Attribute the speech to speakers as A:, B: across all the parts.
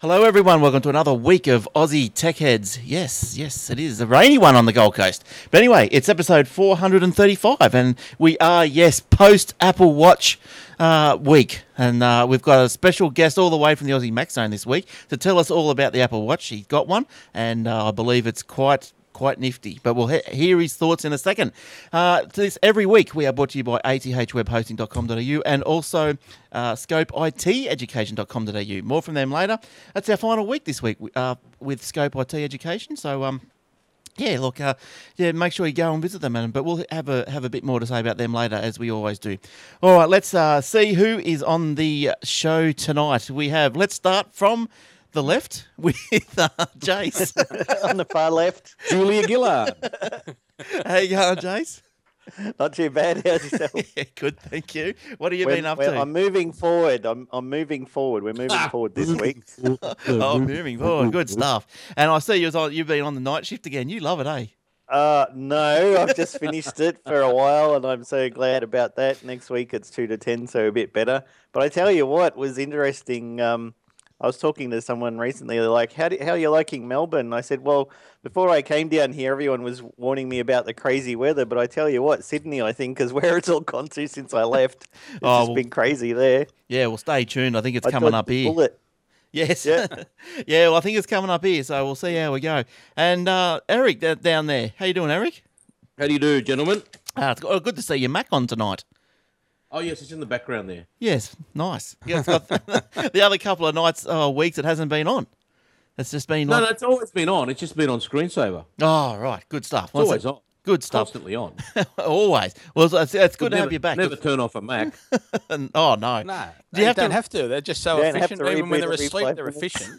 A: Hello, everyone. Welcome to another week of Aussie Tech Heads. Yes, yes, it is a rainy one on the Gold Coast. But anyway, it's episode 435, and we are, yes, post Apple Watch uh, week. And uh, we've got a special guest all the way from the Aussie Max Zone this week to tell us all about the Apple Watch. He got one, and uh, I believe it's quite quite nifty. But we'll he- hear his thoughts in a second. Uh, to this every week, we are brought to you by athwebhosting.com.au and also uh, scopeiteducation.com.au. More from them later. That's our final week this week uh, with Scope IT Education. So um, yeah, look, uh, yeah, make sure you go and visit them, and but we'll have a have a bit more to say about them later, as we always do. All right, let's uh, see who is on the show tonight. We have let's start from the left with uh, Jace.
B: on the far left.
C: Julia Gillard.
A: Hey, you going, Jace?
B: Not too bad. How's yourself?
A: Yeah, good, thank you. What have you
B: We're-
A: been up
B: we're-
A: to? Ah.
B: I'm moving forward. I'm, I'm moving forward. We're moving forward this week.
A: oh, moving forward, good stuff. And I see you was on, you've been on the night shift again. You love it, eh?
B: Uh, no, I've just finished it for a while, and I'm so glad about that. Next week it's two to ten, so a bit better. But I tell you what was interesting. Um, I was talking to someone recently. They're like, "How do, how are you liking Melbourne?" And I said, "Well, before I came down here, everyone was warning me about the crazy weather, but I tell you what, Sydney, I think, is where it's all gone to since I left. It's
A: Oh,
B: just
A: well,
B: been crazy there.
A: Yeah, well, stay tuned. I think it's
B: I
A: coming
B: dodged
A: up
B: the
A: here.
B: bullet.
A: Yes. Yeah.
B: Yeah.
A: well, I think it's coming up here, so we'll see how we go. And uh, Eric da- down there, how you doing, Eric?
C: How do you do, gentlemen?
A: Uh, it's oh, good to see you, Mac, on tonight.
C: Oh yes, it's in the background there.
A: Yes, nice. Yeah, it's got the other couple of nights, uh, weeks, it hasn't been on. It's just been
C: No,
A: like,
C: no, it's always been on. It's just been on screensaver.
A: oh, right, good stuff.
C: It's
A: Well,
C: always on.
A: Good stuff.
C: Constantly on.
A: always. Well, it's, it's- it's good to
C: never,
A: have you back.
C: Never turn off a Mac.
A: And- oh, no.
D: No,
A: Do
D: they
A: you have to-
D: don't have to. They're just so
B: They don't have
D: efficient.
B: to
D: Even
B: replay
D: when they're
B: the
D: asleep,
B: replay.
D: they're efficient.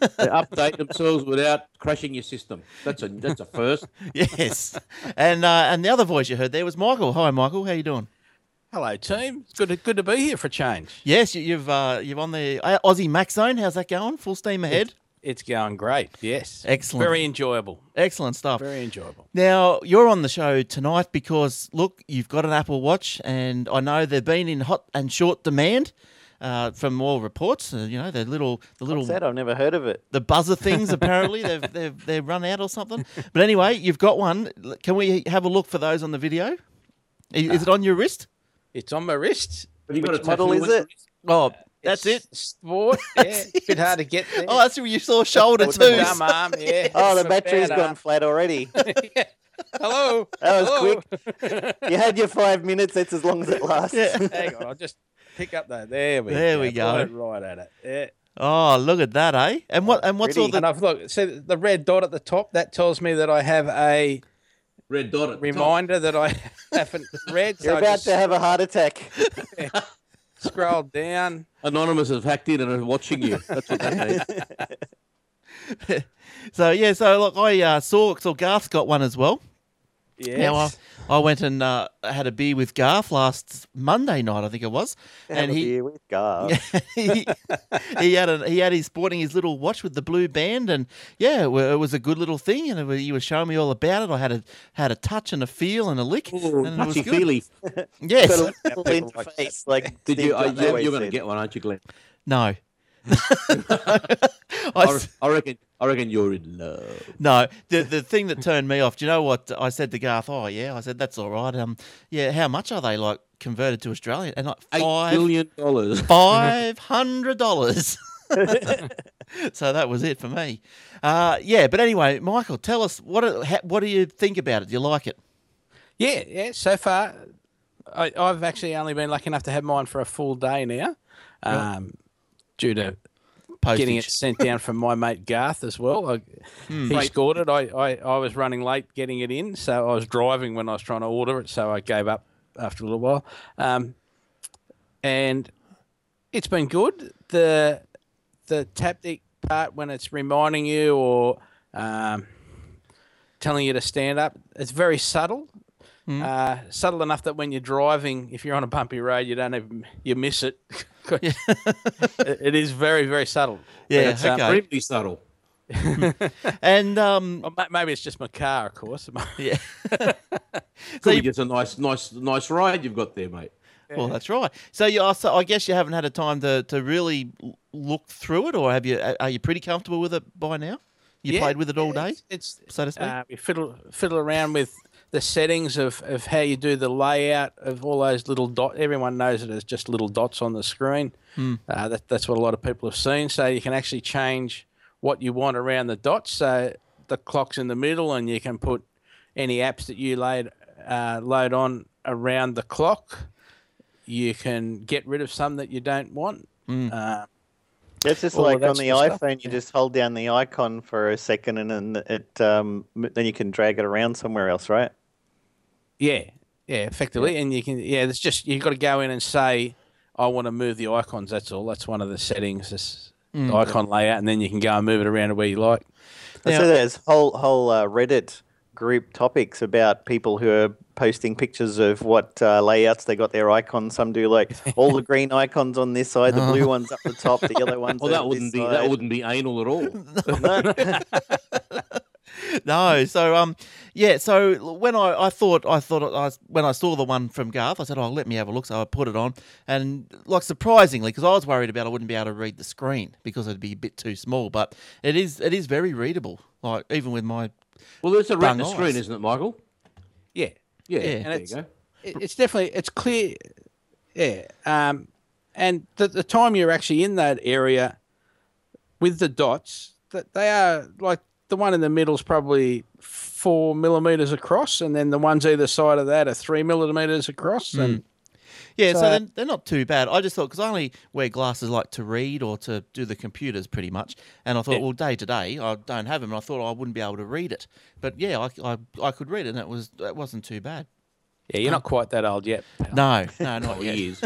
C: they update themselves without crashing your system. That's a that's a first.
A: Yes. and uh, and the other voice you heard there was Michael. Hi, Michael. How you doing?
D: Hello, team. It's good to, good to be here for a change.
A: Yes, you, you've uh, you've on the uh, Aussie Max Zone. How's that going? Full steam ahead.
D: It's going great. Yes.
A: Excellent.
D: Very enjoyable.
A: Excellent stuff.
D: Very enjoyable.
A: Now you're on the show tonight because look, you've got an Apple Watch, and I know they've been in hot and short demand uh, from all reports. Uh, you know the little the little
B: What's that? I've never heard of it.
A: the buzzer things. Apparently they've they've they've run out or something. But anyway, you've got one. L- Can we have a look for those on the video? I- Is,
D: Uh,
A: it on your wrist?
D: It's on my wrist.
C: Have you got
B: Which
C: a
B: model
C: tattoo
B: is
C: on
B: it?
A: Oh, that's
D: It's
A: it.
D: Sport. Yeah. it's a bit hard to get there.
A: Oh, that's where you saw shoulder
D: It's
A: too.
D: a dumb arm, yeah.
B: Oh,
D: It's
B: the
D: a
B: battery's
D: bad
B: gone
D: arm.
B: flat already.
D: Hello.
B: That was
D: Hello.
B: you had your five minutes. That's as long as it lasts.
A: Yeah.
D: Hang on. I'll just pick up that. There we
A: There
D: go.
A: we go.
D: Right, right at it. Yeah.
A: Oh, look at that, eh? And what and what's all
B: Pretty.
A: the
D: And I've look, see the red dot at the top. That tells me that I have a
C: Red dot. at the top.
D: reminder that I haven't read.
B: You're
D: so I
B: about
D: just
B: to have a heart attack.
D: scrolled down.
C: Anonymous have hacked in and are watching you. That's what that means.
A: so yeah? So look, I uh, saw so Garth got one as well.
D: Yes.
A: Now I, I went and uh, had a beer with Garth last Monday night, I think it was, and
B: Have a
A: he.
B: beer with Garth.
A: he, he had a, he had his sporting his little watch with the blue band and yeah it wa- it was a good little thing and it wa- he was showing me all about it I had a had a touch and a feel and a lick and it was
C: Touchy
A: good.
C: feely.
A: yes
B: Got a little
D: people like
B: interface, like
C: Did
B: Steve
C: you? Uh,
B: Jobs
C: you
B: always
C: you're going to
B: said.
C: get one, aren't you, Glenn?
A: no I
C: I,
A: s-
C: I reckon. I reckon you're in love.
A: No, the the thing that turned me off. Do you know what I said to Garth? Oh yeah, I said that's all right. Um, yeah, how much are they like converted to Australian? And like
C: Eight
A: five
C: billion dollars.
A: five hundred dollars. so that was it for me. Uh, yeah, but anyway, Michael, tell us what it- ha- what do you think about it? Do you like it?
D: Yeah, yeah. So far, I, I've actually only been lucky enough to have mine for a full day now, um, due
B: Oh,
D: to
A: Postage.
D: getting it sent down from my mate Garth as well. I,
B: Hmm.
D: He scored it. I, I, I was running late getting it in, so I was driving when I was trying to order it, so I gave up after a little while. Um, and it's been good. The the tactic part when it's reminding you or um, telling you to stand up, it's very subtle.
A: Mm.
D: Uh, subtle enough that when you're driving, if you're on a bumpy road, you don't even you miss it. it it is very very subtle. But
A: Yeah,
D: it's, um,
A: okay.
C: Really subtle.
A: And um,
D: well, ma- maybe it's just my car, of course.
A: yeah.
C: Could
A: you-
C: be just a nice, nice, nice ride you've got there, mate.
A: Well, that's right. So you are. So I guess you haven't had a time to, to really l- look through it, or have you? a- Are you pretty comfortable with it by now? You
D: Yeah,
A: played with it all day.
D: It's, it's
A: so to speak?
D: Uh, we fiddle fiddle around with the settings of, of how you do the layout of all those little dot. Everyone knows it as just little dots on the screen.
A: Hmm.
D: Uh, that, that's what a lot of people have seen. So you can actually change what you want around the dots. So the clock's in the middle, and you can put any apps that you laid uh, load on around the clock. You can get rid of some that you don't want. Uh,
B: That's just
D: All
B: like
D: that
B: on the
D: sort
B: iPhone,
D: of stuff,
B: you
D: yeah.
B: just hold down the icon for a second, and then it um, m- then you can drag it around somewhere else, right?
D: Yeah, yeah, effectively, and you can yeah. It's just you've got to go in and say, I want to move the icons. That's all. That's one of the settings. This the icon layout, and then you can go and move it around to where you like.
B: I
A: Now-
B: so there's whole whole uh, Reddit group topics about people who are posting pictures of what uh, layouts they got their icons. Some do like all the green icons on this side, the blue ones up the top, the yellow ones.
C: Uh-huh. Well,
B: over
C: that
B: this
C: wouldn't be
B: side.
C: that wouldn't be anal at all.
A: No, so um, yeah, so when I, I thought I thought I when I saw the one from Garth, I said, "Oh, let me have a look." So I put it on, and like surprisingly, because I was worried about I wouldn't be able to read the screen because it'd be a bit too small, but it is it is very readable. Like even with my
C: Well, it's a
A: Bung
C: retina
A: eyes.
C: screen, isn't it, Michael?
D: Yeah,
C: Yeah,
A: And
C: there you
D: it's-
C: go.
D: it, it's definitely it's clear. Yeah, um, and the the time you're actually in that area with the dots that they are like the one in the middle's probably four millimeters across, and then the ones either side of that are three millimeters across, and
A: Yeah, so,
D: So-
A: they're, they're not too bad. I just thought because I only wear glasses like to read or to do the computers pretty much, and I thought, well, day to day I don't have them, and I thought I wouldn't be able to read it. But yeah, I, I, I could read it, and it was it wasn't too bad.
D: yeah, you're not quite that old yet. pal.
A: No, no, not yet.
C: Years.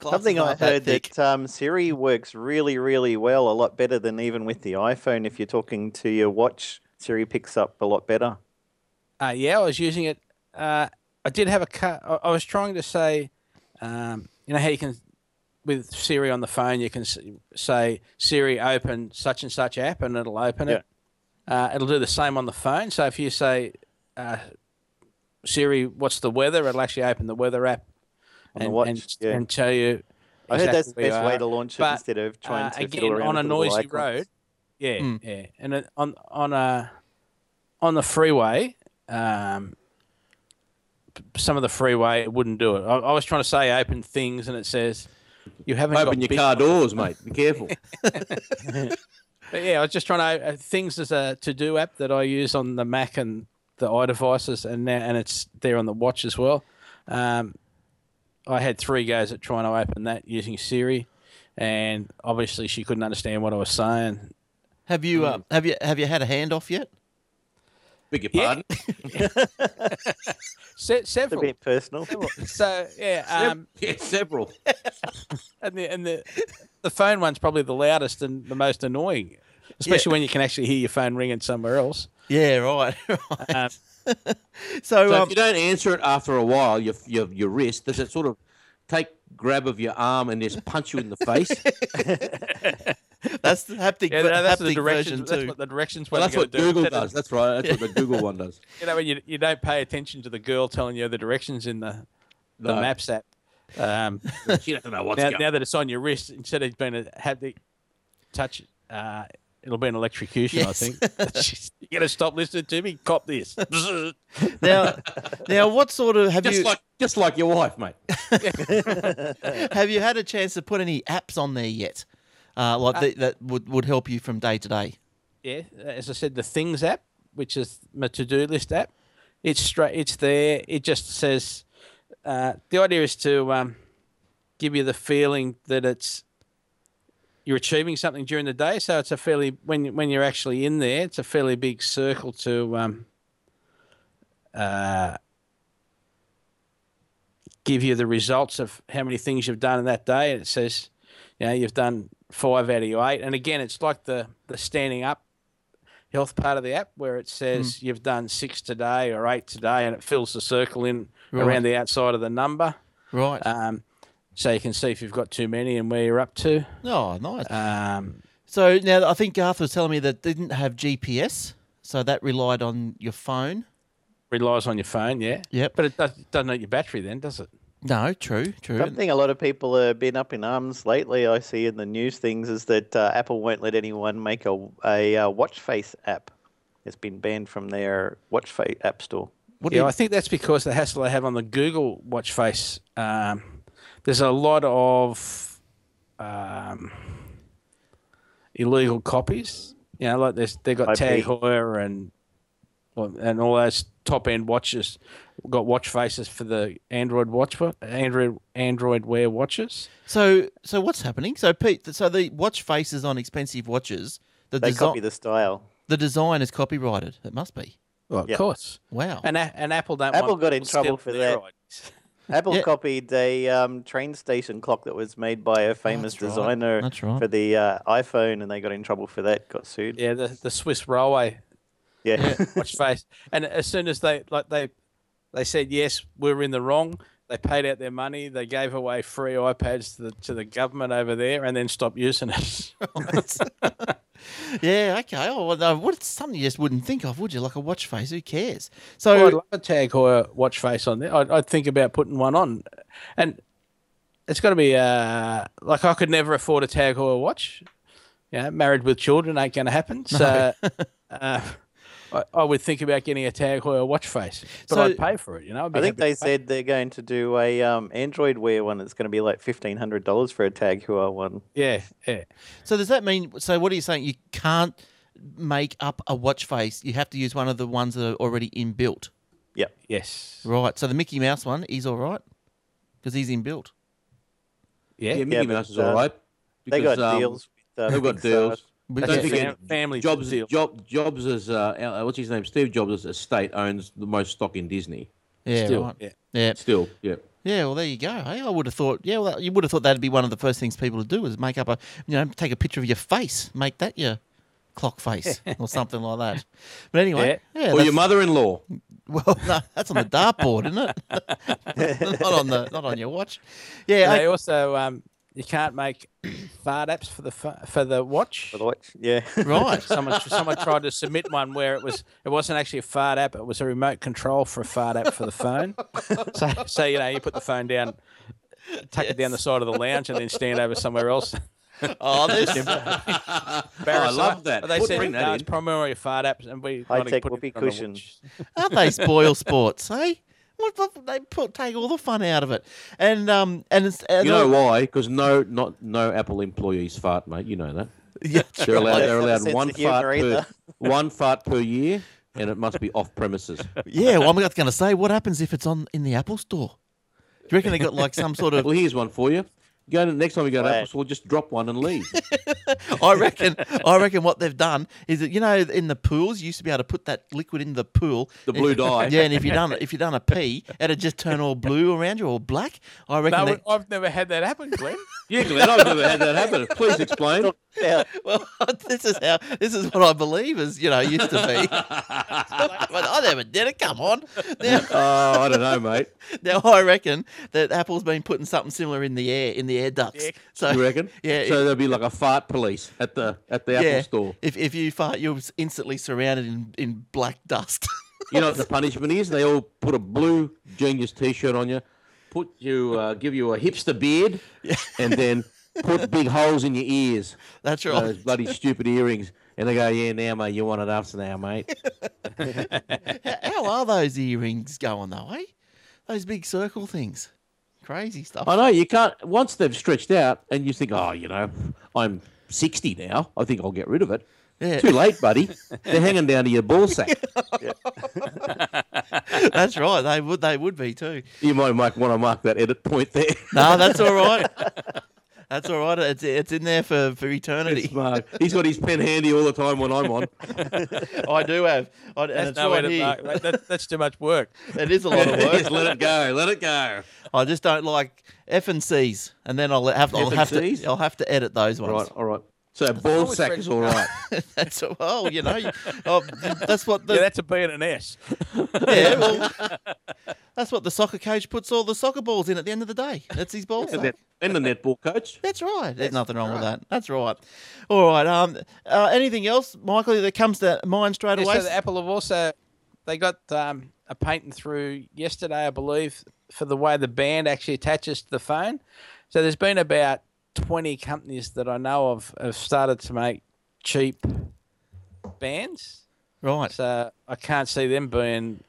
B: Something I heard
A: that.
B: that um, Siri works really, really well, a lot better than even with the iPhone. If you're talking to your watch, Siri picks up a lot better.
D: Uh, yeah, I was using it. Uh, I did have a car. I, I was trying to say, um, you know how you can with Siri on the phone, you can s- say Siri open such and such app, and it'll open it. Uh, it'll do the same on the phone. So if you say uh, Siri, what's the weather? It'll actually open the weather app
B: On the
D: and
B: watch,
D: and,
B: yeah.
D: and tell you.
B: I heard that's the
D: exactly where
B: best
D: you
B: way
D: are.
B: to launch it
D: But,
B: instead of trying
D: uh,
B: to
D: again,
B: fiddle around
D: on a
B: with all the
D: noisy
B: icons.
D: road. Yeah, yeah, and it- on on a on the freeway, um, p- some of the freeway it wouldn't do it. I, I was trying to say open things, and it says you haven't got
C: Open your
D: bit-"
C: car doors, mate. Be careful.
D: But yeah, I was just trying to uh, things as a to do app that I use on the Mac and the iDevices, and now and it's there on the watch as well. Um, I had three goes at trying to open that using Siri, and obviously she couldn't understand what I was saying.
A: Have you uh, have you have you had a handoff yet?
C: Beg your pardon.
D: Se-
B: It's a
D: several.
C: Oh.
B: bit personal.
D: So yeah, um,
C: yeah, several.
D: and the and the the phone one's probably the loudest and the most annoying, especially when you can actually hear your phone ringing somewhere else.
A: Yeah, right. right.
D: Um,
A: So,
C: So
A: um,
C: if you don't answer it after a while, your your your wrist does it sort of take grab of your arm and just punch you in the face.
A: that's the haptic,
D: yeah,
A: ver-
D: no, that's the
A: haptic version
D: directions. That's
A: too.
D: what the directions.
C: well,
D: one
C: that's
D: you
C: what
D: gotta do.
C: Google
D: Instead of-
C: does. That's right. That's what the Google one does.
D: You know, when you you don't pay attention to the girl telling you the directions in the the
C: No.
D: maps app. Um,
C: She doesn't know what's
D: now,
C: going.
D: now that it's on your wrist, instead of being a haptic touch, uh, it'll be an electrocution.
A: Yes.
D: I think you're gonna stop listening to me. Cop this.
A: now, now, what sort of have
C: just
A: you
C: like just like your wife, mate.
A: have you had a chance to put any apps on there yet? Uh, like that that would, would help you from day to day.
D: yeah, as I said, the Things app, which is my to do list app, It's straight. It's there. It just says uh, the idea is to um, give you the feeling that it's you're achieving something during the day. So it's a fairly when when you're actually in there, it's a fairly big circle to um, uh, give you the results of how many things you've done in that day. And it says, you know, you've done five out of your eight. And again, it's like the the standing up health part of the app where it says you've done six today or eight today, and it fills the circle in
A: Right.
D: around the outside of the number.
A: Right.
D: Um, so you can see if you've got too many and where you're up to.
A: oh, nice.
D: Um,
A: so now I think Garth was telling me that they didn't have GPS, so that relied on your phone.
D: relies on your phone, yeah.
A: Yep.
D: But it does, doesn't eat your battery then, does it?
A: No, true, true.
B: Something a lot of people have been up in arms lately, I see in the news things, is that uh, Apple won't let anyone make a, a uh, watch face app. It's been banned from their watch face app store.
A: What
D: yeah,
A: did-
D: I think that's because the hassle they have on the Google Watch Face. Um, there's a lot of um, illegal copies. You know, like there's, they've got Tag
B: IP.
D: Heuer and well, and all those top end watches got watch faces for the Android watch Android Android Wear watches.
A: so, so what's happening? So, Pete, so the watch faces on expensive watches, the,
B: They
A: desi-
B: copy the style.
A: the design is copyrighted. It must be.
D: Well, of
B: Yeah.
D: course.
A: Wow.
D: And A- and Apple don't.
B: Apple
D: want
B: got in
D: people
B: trouble
D: stealing
B: for
D: their
B: that.
D: ideas.
B: Apple
A: Yeah.
B: copied a um, train station clock that was made by a famous
A: right.
B: designer
A: That's right.
B: for the uh, iPhone, and they got in trouble for that, got sued.
D: Yeah, the, the Swiss railway
B: Yeah.
D: watch face. And as soon as they like they they said yes, we were in the wrong. They paid out their money. They gave away free iPads to the to the government over there, and then stopped using it.
A: yeah. Okay. Oh, well, no, what, something you just wouldn't think of, would you? Like a watch face. Who cares?
D: Well,
A: So,
D: Oh, I'd love a Tag Heuer watch face on there. I'd, I'd think about putting one on, and it's got to be uh, like I could never afford a Tag Heuer watch. Yeah, married with children ain't going to happen. So. uh, I, I would think about getting a Tag Heuer watch face, but
A: So-
D: I'd pay for it. You know, I'd be
B: I think
D: happy
B: they said they're going to do a um, Android Wear one. It's going to be like fifteen hundred dollars for a Tag Heuer one.
D: yeah, yeah.
A: so does that mean? So, what are you saying? You can't make up a watch face. You have to use one of the ones that are already inbuilt.
B: Yeah,
D: Yes.
A: Right. So the Mickey Mouse one is all right because he's inbuilt.
D: Yeah.
C: Yeah, Mickey
B: but,
C: Mouse is
B: uh,
C: all right.
B: they
C: because,
B: got
C: um,
B: deals. With, uh,
C: They've got
B: Pixar.
C: deals.
A: But-
C: Don't
D: That's
C: forget,
D: fam- family
C: Jobs,
D: deal.
C: Job, Jobs is uh, uh, what's his name? Steve Jobs' estate owns the most stock in Disney.
A: Yeah.
D: Still,
A: right.
D: yeah.
A: Yeah.
C: Still, yeah.
A: Yeah, well, there you go. Hey, I would have thought. Yeah, well, you would have thought that'd be one of the first things people would do is make up a, you know, take a picture of your face, make that your clock face or something like that. But anyway, yeah.
C: or your
A: that's-
C: mother-in-law.
A: Well, no, that's on the dartboard, isn't it? not on the, not on your watch. Yeah.
D: they also um, you can't make fart apps for the pho- for the watch.
B: For the watch. Yeah.
A: I- right.
D: Someone someone tried to submit one where it was it wasn't actually a fart app. It was a remote control for a fart app for the phone. So so you know you put the phone down, tuck it down the side of the lounge, and then stand over somewhere else.
A: Oh, this.
C: Oh, I love that.
D: But they
C: Well,
D: said
C: bring that
D: no,
C: in.
D: it's primarily a fart apps, and we
B: High
D: wanted to
B: tech
D: put it
B: whoopee
D: on the
B: cushion.
D: watch.
A: Aren't they spoil sports? Hey, what, what, they put, take all the fun out of it, and um, and, it's, and
C: You know
A: all-
C: why? Because no, not no Apple employees fart, mate. You know that.
A: Yeah,
C: They're allowed.
B: They
C: They're
B: have a
C: allowed
B: sense
C: one
B: of humour
C: fart per
B: either.
C: one fart per year, and it must be off premises.
A: Yeah, well, I'm going to say, what happens if it's on in the Apple Store? Do you reckon they got like some sort of?
C: Well, here's one for you. Go to, next time we go to
B: Right.
C: Apple Store, just drop one and leave.
A: I reckon, I reckon what they've done is that you know in the pools you used to be able to put that liquid in the pool,
C: The blue dye.
A: Yeah, and if you done if you done a pee, it'd just turn all blue around you, all black. I reckon.
D: No,
A: they-
D: I've never had that happen, Glenn.
C: yeah, Glenn, I've never had that happen. Please explain.
B: Yeah.
A: well, this is how this is what I believe is you know used to be. but I never did it. Come on. Now,
C: Oh, I don't know, mate.
A: now I reckon that Apple's been putting something similar in the air in the air ducts. So
C: You reckon?
A: Yeah.
C: So there'll be like a fart police at the at the Apple Store.
A: If if you fart, you're instantly surrounded in, in black dust.
C: You know what the punishment is? They all put a blue genius T-shirt on you, put you, uh, give you a hipster beard, and then put big holes in your ears.
A: That's right.
C: Those bloody stupid earrings. And they go, yeah, now mate, you want it after now, mate.
A: H- How are those earrings going though, eh? Those big circle things. Crazy stuff.
C: I know you can't. Once they've stretched out, and you think, oh, you know, I'm 60 now. I think I'll get rid of it.
A: Yeah.
C: Too late, buddy. They're hanging down to your ball sack.
A: That's right. They would. They would be too.
C: You might mark, want to mark that edit point there.
A: No, that's all right. That's all right. It's it's in there for, for eternity.
C: Mark. He's got his pen handy all the time when I'm on.
A: I do have. I,
D: There's
A: that's
D: no
A: all
D: way
A: I
D: to
A: need.
D: mark. That, that, that's too much work.
A: It is a lot of work.
C: Just let it go. Let it go.
A: I just don't like F and C's, and then I'll have I'll have
C: F&Cs?
A: to I'll have to edit those ones.
C: Right, all right. So ball
D: always
C: sack is all right.
A: That's well, you know, you- oh, that's what the
D: yeah, that's a B and an S.
A: yeah, well, that's what the soccer coach puts all the soccer balls in at the end of the day. That's his ball
C: And
A: sack.
C: that- and the netball coach.
A: That's right. There's nothing wrong with that. That's right. All right. Um. Uh, anything else, Michael? That comes to mind straight
D: Yeah,
A: away.
D: so the Apple have also they got um, a patent through yesterday, I believe, for the way the band actually attaches to the phone. So there's been about 20 companies that I know of have started to make cheap bands.
A: right.
D: So I can't see them being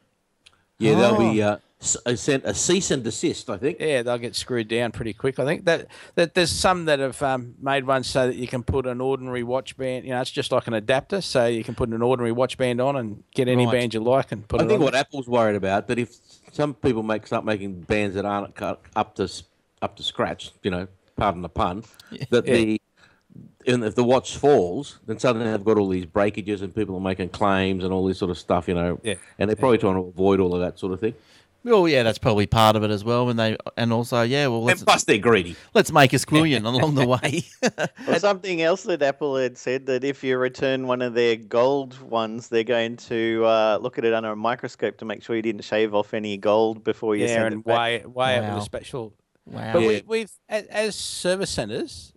C: Yeah, they'll be uh, s- uh, sent a cease and desist, I think.
D: yeah they'll get screwed down pretty quick. I think that that there's some that have um, made one so that you can put an ordinary watch band. You know, it's just like an adapter, so you can put an ordinary watch band on and get any
A: Right.
D: band you like and put
C: I
D: it
C: think
D: on.
C: what Apple's worried about, but if some people make start making bands that aren't cu- up to s- up to scratch, you know, pardon the pun, that the and if the watch falls, then suddenly they've got all these breakages and people are making claims and all this sort of stuff, you know.
D: Yeah.
C: And they're probably trying to avoid all of that sort of thing.
A: Well, yeah, that's probably part of it as well. And they and also, yeah, well, let's
C: And plus, they're greedy.
A: let's make a squillion along the way.
B: Or something else that Apple had said that if you return one of their gold ones, they're going to uh, look at it under a microscope to make sure you didn't shave off any gold before you
D: yeah,
B: send
D: and
B: it back.
D: way way out
A: Wow.
D: with a special
A: wow.
D: But we, we've, as, as service centres,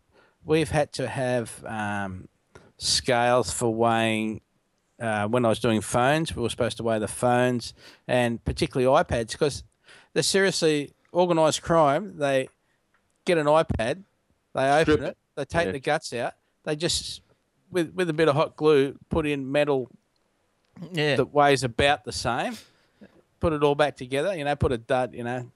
D: we've had to have um, scales for weighing. Uh, when I was doing phones, we were supposed to weigh the phones and particularly iPads because they're seriously organised crime. They get an iPad, they open
C: Strip
D: it,
C: it.
D: they take
C: Yeah.
D: the guts out, they just with with a bit of hot glue put in metal
A: yeah.
D: that weighs about the same. Put it all back together, you know. Put a dud, you know,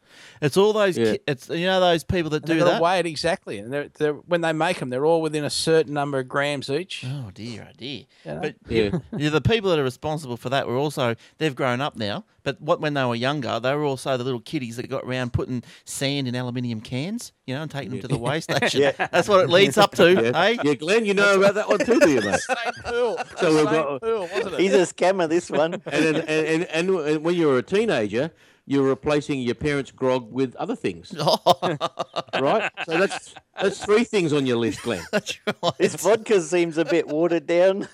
A: It's all those.
C: Yeah.
A: Ki- it's you know those people that
D: and
A: do
D: they've got
A: that.
D: to weigh it exactly, and they're, they're, when they make them, they're all within a certain number of grams each.
A: Oh dear, oh dear.
D: Yeah.
A: But
C: Yeah.
A: yeah, the people that are responsible for that were also they've grown up now. But what when they were younger, they were also the little kiddies that got around putting sand in aluminium cans, you know, and taking them to the weigh station.
B: Yeah.
A: That's what it leads up to, eh?
C: yeah, Glenn, you know about that one too, do you, mate?
D: Pool,
C: So we've got-
D: pool, wasn't it?
B: He's a scammer, this one.
C: and, then- and, and, and, and when you were a teenager, you were replacing your parents' grog with other things, right? So that's that's three things on your list, Glenn.
A: That's right.
B: His vodka seems a bit watered down.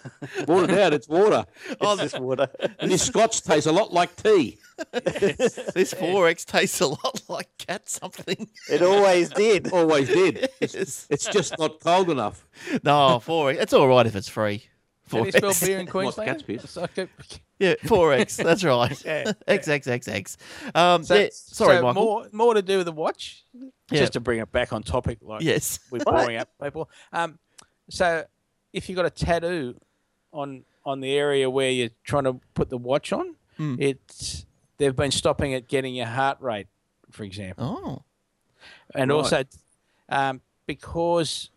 C: Water it out, it's water.
A: Oh,
B: It's just water.
C: And this scotch tastes a lot like tea.
A: This forex tastes a lot like cat something.
B: It always did.
C: Always did.
A: Yes.
C: It's, it's just not cold enough.
A: No, forex. It's all right if it's free.
D: Have you spelled beer in
C: What's
D: Queensland?
C: cat's piss?
D: So I could-
A: Yeah, forex. That's right. XXXX. Um,
D: so-
A: yeah, sorry,
D: so
A: Michael.
D: More, more to do with the watch,
A: Yeah.
D: just to bring it back on topic. Like
A: Yes.
D: we're boring up people. Um, so if you got a tattoo on on the area where you're trying to put the watch on,
A: Hmm.
D: it's they've been stopping it getting your heart rate, for
A: Oh.
D: example. and
C: Right.
D: also um, because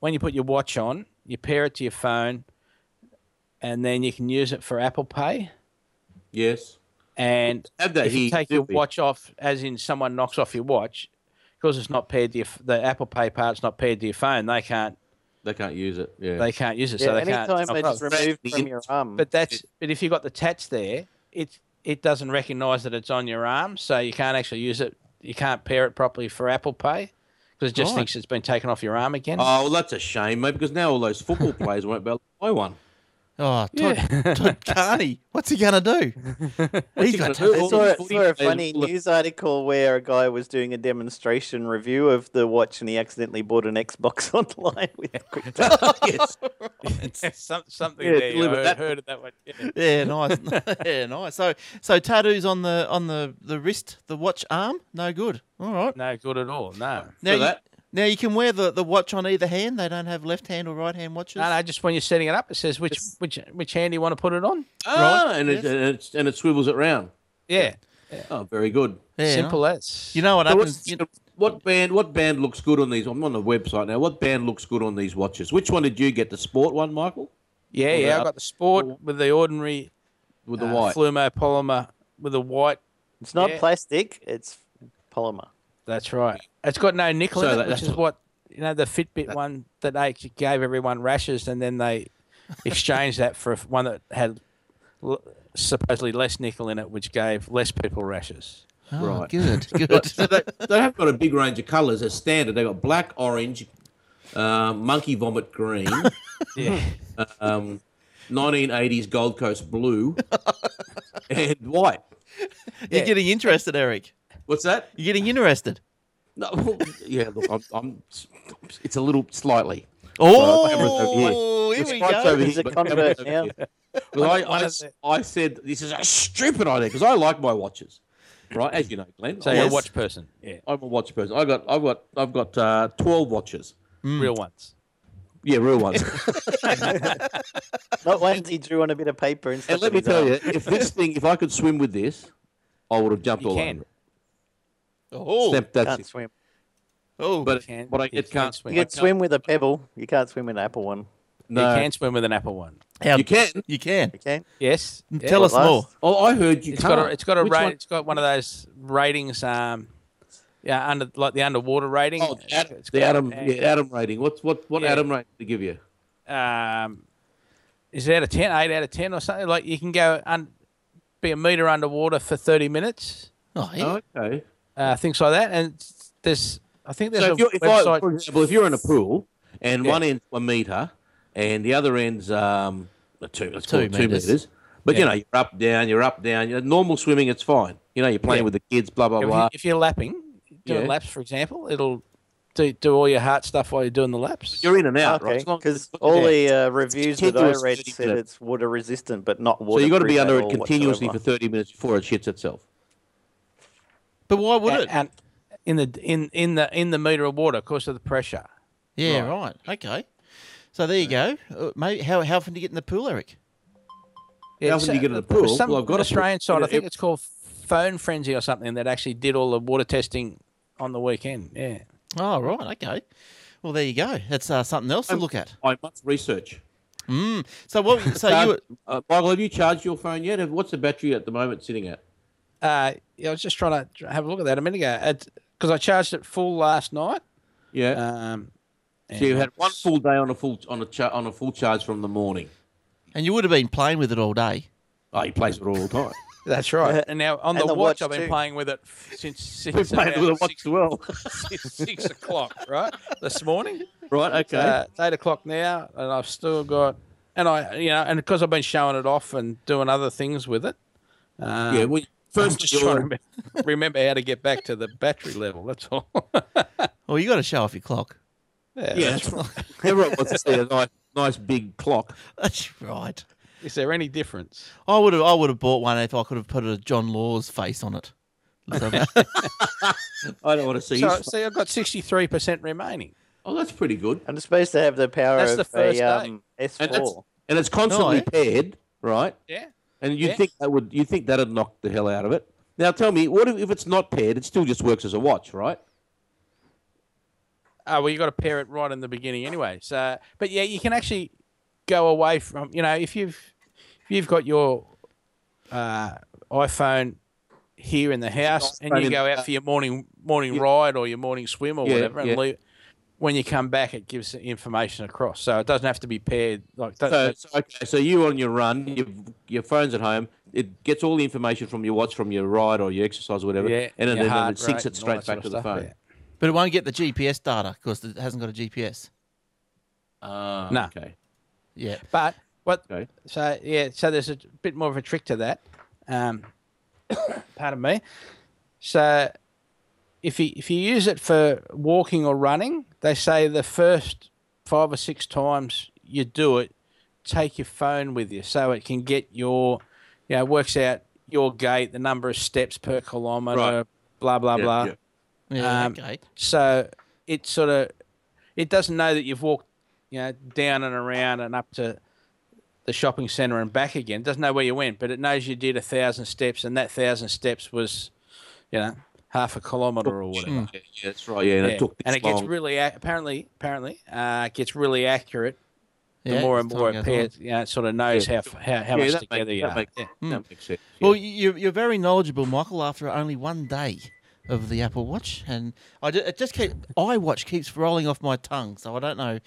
D: when you put your watch on, you pair it to your phone, and then you can use it for Apple Pay.
C: Yes.
D: And
C: Have that
D: if you
C: here,
D: take your
C: do we?
D: watch off, as in someone knocks off your watch, because it's not paired to your, f- the Apple Pay part's not paired to your phone, they can't
C: They can't use it. Yeah.
D: they can't use it.
B: Yeah,
D: so they can't.
B: anytime
D: knock
B: it's
D: off.
B: removed
C: the
B: from your arm.
D: But that's but if you got the tats there, it it doesn't recognise that it's on your arm, so you can't actually use it. You can't pair it properly for Apple Pay because it just
A: Right.
D: thinks it's been taken off your arm again.
C: oh, well, that's a shame, mate, because now all those football players won't be able to buy one.
A: Oh, Todd, Todd Carney, what's he gonna do? He's got
C: gonna do?
A: to,
C: All
B: saw,
C: these
B: a-
C: footy
B: saw a
C: players
B: funny
C: full of-
B: news article where a guy was doing a demonstration review of the watch and he accidentally bought an Xbox online with QuickTime.
C: yes.
D: Some, something
C: Yeah,
D: there. You
C: deliver
D: heard,
C: that.
D: heard of that one. Yeah.
A: yeah, nice, yeah, nice. So, so tattoos on the on the the wrist, the watch arm, no good. All right.
D: No good at all. No.
A: Now
C: For
A: you,
C: that.
A: now you can wear the the watch on either hand. They don't have left hand or right hand watches.
D: No, no. Just when you're setting it up, it says which which which hand you want to put it on.
C: Ah, and,
A: yes.
C: it, and, it's, and it swivels it round.
D: Yeah.
C: Oh, very good.
A: Yeah,
D: Simple
A: no.
D: as.
A: You know what
C: So
A: happens?
C: what's-
A: You,
C: what band? What band looks good on these? I'm on the website now. What band looks good on these watches? Which one did you get? The sport one, Michael,
D: yeah,
C: Pull it
D: yeah. I
C: up.
D: got the sport with the ordinary
C: with the
D: uh,
C: white?
D: flumo polymer with a white.
B: It's not
D: Yeah.
B: plastic. It's polymer.
D: That's right. It's got no nickel
C: So
D: in it,
C: that-
D: which
C: that's
D: is
C: what-
D: what you know the Fitbit one that they actually gave everyone rashes, and then they exchanged that for one that had l- supposedly less nickel in it, which gave less people rashes.
A: Oh,
C: Right.
A: Good,
C: But
A: good.
C: so they, they have got a big range of colours as standard. They've got black, orange, uh, monkey vomit green,
D: Yeah.
C: um, 1980s Gold Coast blue, and white.
A: You're getting interested, Eric.
C: What's that?
A: You're getting interested.
C: No, well, yeah, look, I'm, I'm, it's a little slightly.
A: Oh, here
C: It's
A: we
C: right
A: go.
C: over
B: He's
C: here,
B: a
C: but-
B: convert now.
C: Well, I,
D: one
C: I,
D: of the-
C: I said this is a stupid idea because I like my watches, right? As you know, Glenn.
D: So
C: I,
D: you're a
A: Yes.
D: watch person. Yeah.
C: I'm a watch person. I got, I've got, I've got uh, twelve watches.
D: Real ones.
C: Yeah, real ones.
B: Not ones he drew on a bit of paper and stuff.
C: and let me tell you, if this thing, if I could swim with this, I would have jumped
D: You
C: all
D: can.
C: over it.
A: Oh,
C: Step- that's
B: can't
C: it.
B: swim.
A: oh,
C: But,
D: can.
C: but I,
D: You
C: it
D: can
C: can't.
D: swim.
B: You
C: I
B: can
C: can't-
B: swim with a pebble. You can't swim with an apple one.
C: No.
D: You can swim with an Apple one.
A: how-
C: you can.
A: You can.
B: You can.
D: Yes.
A: Tell us
B: last-
A: more.
C: Oh, I heard you
D: It's
C: Mm. can't.
D: got a, it's got a
C: Which
D: rate,
C: one?
D: it's got one of those ratings. Um, yeah, under like the underwater rating.
C: Oh, the Adam,
D: It's
C: the
D: got-
C: Adam,
D: and,
C: yeah, Adam rating. What's what? What
D: Yeah.
C: Adam rating to give you?
D: um, is it out of 10, 8 out of 10 or something? Like you can go un, be a meter underwater for 30 minutes,
A: Oh, yeah.
C: Okay.
D: uh, things like that. And it's- there's, I think there's
C: So
D: a
C: if, you're, if I,
D: website.
C: for example, if you're in a pool and
D: Yeah.
C: one end's a meter and the other end's um a two, let's call
A: Two
C: it two
A: meters.
C: meters. But
D: Yeah.
C: you know, you're up down, you're up down. You know, normal swimming, it's fine. You know, you're playing
D: Yeah.
C: with the kids, blah blah
D: if,
C: blah.
D: you, if you're lapping, doing
C: Yeah.
D: laps, for example, it'll do, do all your heart stuff while you're doing the laps.
C: You're in and out,
B: Okay,
C: right? As long as
B: because
C: it's-
B: all
C: yeah.
B: the uh, reviews that I
C: continuous
B: read
C: thirty
B: said
C: minutes.
B: it's water resistant, but not
C: so
B: water.
C: you've got to be under it continuously for 30 minutes before it shits itself.
A: But why would
D: A-
A: it?
D: and in the in in the in the meter of water because of the pressure.
A: Yeah, right. Okay. So there you go. Uh, Maybe how how often do you get in the pool, Eric?
D: Yeah,
C: often
D: so-
C: do you get in the pool?
D: uh, Some
C: Well, I've got a
D: Australian
C: pool.
D: side, I
C: Yeah,
D: think
C: it-
D: it's called Phone Frenzy or something that actually did all the water testing on the weekend. Yeah,
A: Oh, right. Okay. Well, there you go. That's uh, something else
C: Um,
A: to look at.
C: I must research.
A: Mm. So what? So you?
C: Charge- uh, Michael, have you charged your phone yet? Have- What's the battery at the moment sitting at?
D: uh, yeah. I was just trying to have a look at that a minute ago because I charged it full last night.
C: Yeah.
D: Um,
C: Uh, so you had one full day on a full on a cha- on a full charge from the morning.
A: And you would have been playing with it all day.
C: Oh, he plays with it all the time.
D: That's right. And now on
B: And
D: the,
B: the
D: watch,
B: watch
D: I've been
B: too.
D: playing with it since six,
C: We've played
D: about
C: with it once
D: six,
C: as well.
D: six, six o'clock, right? This morning.
C: Right, okay.
D: Uh, it's eight o'clock now, and I've still got, and I, you know, and because I've been showing it off and doing other things with it. Um,
C: yeah, well,
D: I'm
C: first
D: just
C: you're-
D: trying to remember, remember how to get back to the battery level. That's all. yeah,
A: Well, you got to show off your clock.
C: Yeah, that's right. Everyone wants to see a nice, nice big clock.
A: That's right.
D: Is there any difference?
A: I would have. I would have bought one if I could have put a John Law's face on it. So-
C: I don't want to see.
D: So,
C: his-
D: see, I've got sixty-three percent remaining.
C: oh, that's pretty good.
B: I'm supposed to have the power
D: That's
B: of
D: the first
B: a
D: day.
B: um, S4.
C: And that's and it's constantly
A: eh?
C: paired, right?
D: Yeah.
C: And you
D: Yeah.
C: would think that would you would think that'd knock the hell out of it? Now tell me, what if, if it's not paired? It still just works as a watch, right?
D: Oh well, you got to pair it right in the beginning anyway. So, but yeah, you can actually go away from you know if you've if you've got your uh, iPhone here in the house and you
C: iPhone in
D: go
C: the
D: out for your morning morning ride or your morning swim or
C: Yeah,
D: whatever, and
C: yeah.
D: leave, when you come back, it gives the information across. So it doesn't have to be paired like
C: So,
D: that.
C: so- okay, so you on your run, your your phone's at home. It gets all the information from your watch, from your ride or your exercise, or whatever,
D: yeah,
C: and then,
D: your
C: then
D: heart
C: it syncs
D: rate
C: it
D: and all
C: straight
D: that sort
C: back
D: of
C: to the
D: stuff,
C: phone.
D: yeah.
A: but it won't get the GPS data because it hasn't got a GPS.
C: Ah,
D: No.
C: okay,
A: Yeah.
D: But what?
C: okay.
D: So yeah, so there's a bit more of a trick to that. Um, pardon me. So if you if you use it for walking or running, they say the first five or six times you do it, take your phone with you so it can get your, you know, it works out your gait, the number of steps per kilometer,
C: Right.
D: blah blah
C: Yeah,
D: blah.
C: yeah.
A: Yeah.
D: Um,
A: okay.
D: So it sort of it doesn't know that you've walked, you know, down and around and up to the shopping centre and back again. It doesn't know where you went, but it knows you did a thousand steps, and that thousand steps was, you know, half a kilometre or whatever.
C: Yeah, yeah, that's right. Yeah, and
D: Yeah.
C: it took this
D: and it
C: long.
D: gets really ac- apparently apparently uh, it gets really accurate the
A: Yeah,
D: more
A: as
D: and
A: time
D: more
A: goes
D: it pairs, you know, it sort of knows how how, how, how
C: Yeah,
D: much
C: that
D: together
C: makes-
D: you
C: that
D: are.
C: makes-
D: Yeah.
C: That makes sense. yeah.
A: Hmm. Well, you, you're very knowledgeable, Michael. After only one day of the Apple Watch, and I ju- it just keep iWatch keeps rolling off my tongue, so I don't know.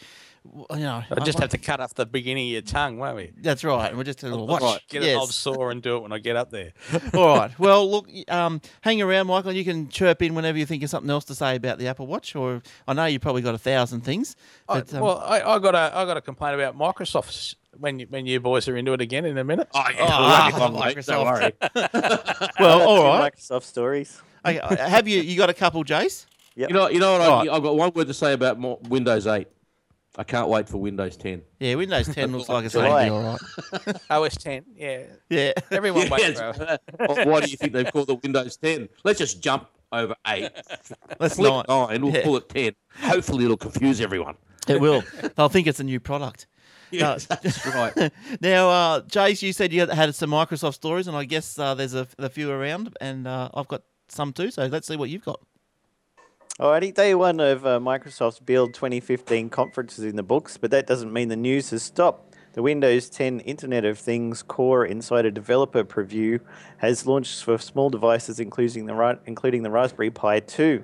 A: w- You know,
D: I just have to cut off the beginning of your tongue, won't we?
A: That's right. And we're just a little watch.
D: Right, get an old
A: yes.
D: saw and do it when I get up there.
A: All right. Well, look, y- um, hang around, Michael. You can chirp in whenever you think of something else to say about the Apple Watch, or I know you've probably got a thousand things.
C: Oh,
D: I-
A: But, um,
D: well, I, I got a I got a complaint about Microsoft when you, when you boys are into it again in a minute.
C: Oh, yeah,
A: Ah,
C: well, mate,
A: Microsoft.
C: Don't worry.
A: well,
B: That's
A: all
B: two
A: right.
B: Microsoft stories.
A: Okay, uh, have you you got a couple, Jace?
C: You know, you know what? I,
A: Alright.
C: I've got one word to say about more, Windows 8. I can't wait for Windows 10.
A: Yeah, Windows 10 looks like it's going to
B: July.
A: be all right.
D: OS ten, yeah.
A: Yeah.
D: Everyone waits
C: Yes.
D: for it.
C: Why why do you think they've called the Windows 10? Let's just jump over 8.
A: That's
C: Click
A: not.
C: 9, we'll
A: Yeah.
C: call it 10. Hopefully it'll confuse everyone.
A: It will. They'll think it's a new product. No.
C: that's right.
A: Now, uh, Jace, you said you had- had some Microsoft stories, and I guess uh, there's a, a few around, and uh, I've got some too. So let's see what you've got.
B: Alrighty, day one of uh, Microsoft's Build 2015 conference is in the books, but that doesn't mean the news has stopped. The Windows 10 Internet of Things Core Insider Developer Preview has launched for small devices, including the Ra- including the Raspberry Pi 2.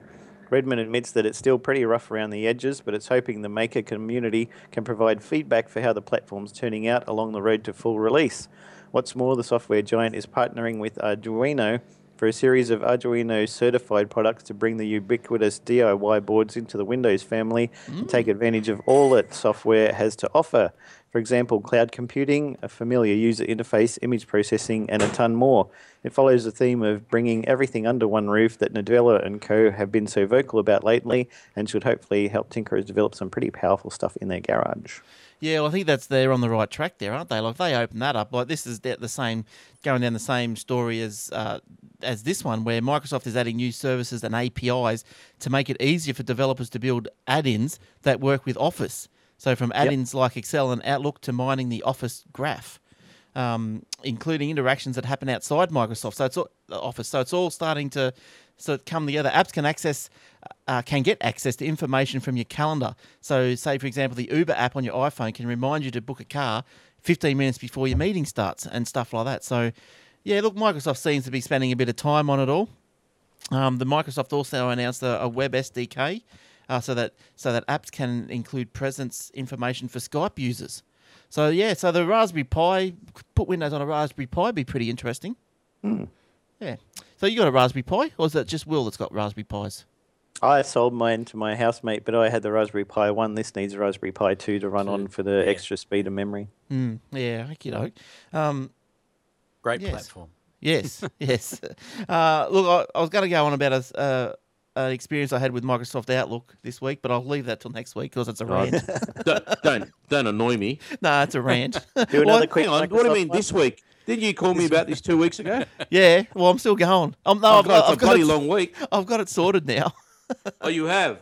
B: Redmond admits that it's still pretty rough around the edges, but it's hoping the maker community can provide feedback for how the platform's turning out along the road to full release. What's more, the software giant is partnering with Arduino for a series of Arduino certified products to bring the ubiquitous DIY boards into the Windows family and take advantage of all its software has to offer. For example, cloud computing, a familiar user interface, image processing, and a ton more. It follows the theme of bringing everything under one roof that Nadella and co have been so vocal about lately and should hopefully help tinkerers develop some pretty powerful stuff in their garage.
A: Yeah, well, I think that's they're on the right track there, aren't they? Like they open that up. Like this is the the same going down the same story as uh, as this one, where Microsoft is adding new services and APIs to make it easier for developers to build add-ins that work with Office. So from add-ins like Excel and Outlook to mining the Office graph, um, including interactions that happen outside Microsoft. So it's all, the Office. So it's all starting to so it come together. Apps can access uh, can get access to information from your calendar. So, say for example, the Uber app on your iPhone can remind you to book a car 15 minutes before your meeting starts and stuff like that. So, yeah, look, Microsoft seems to be spending a bit of time on it all. Um, the Microsoft also announced a, a web SDK, uh, so that so that apps can include presence information for Skype users. So yeah, so the Raspberry Pi put Windows on a Raspberry Pi be pretty interesting. Yeah. So you got a Raspberry Pi, or is that just Will that's got Raspberry Pis?
B: I sold mine to my housemate, but I had the Raspberry Pi 1. This needs a Raspberry Pi 2 to run on for the extra speed and memory.
A: Mm, yeah, you know. Um,
D: Great
A: Yes.
D: platform.
A: yes, yes. Uh, look, I, I was going to go on about a, s- uh, an experience I had with Microsoft Outlook this week, but I'll leave that till next week because it's a rant.
C: don't, don't, don't annoy me.
A: no, it's a rant.
B: Do
A: Well,
B: another quick
C: Hang on, what do
B: Microsoft
C: you mean
B: one.
C: this week? Didn't you call me about this two weeks ago?
A: yeah, well, I'm still going. Um, no,
C: Oh,
A: I've,
C: God,
A: got,
C: it's
A: I've,
C: a
A: got
C: bloody
A: it,
C: long week.
A: I've got it sorted now.
C: Oh, you have?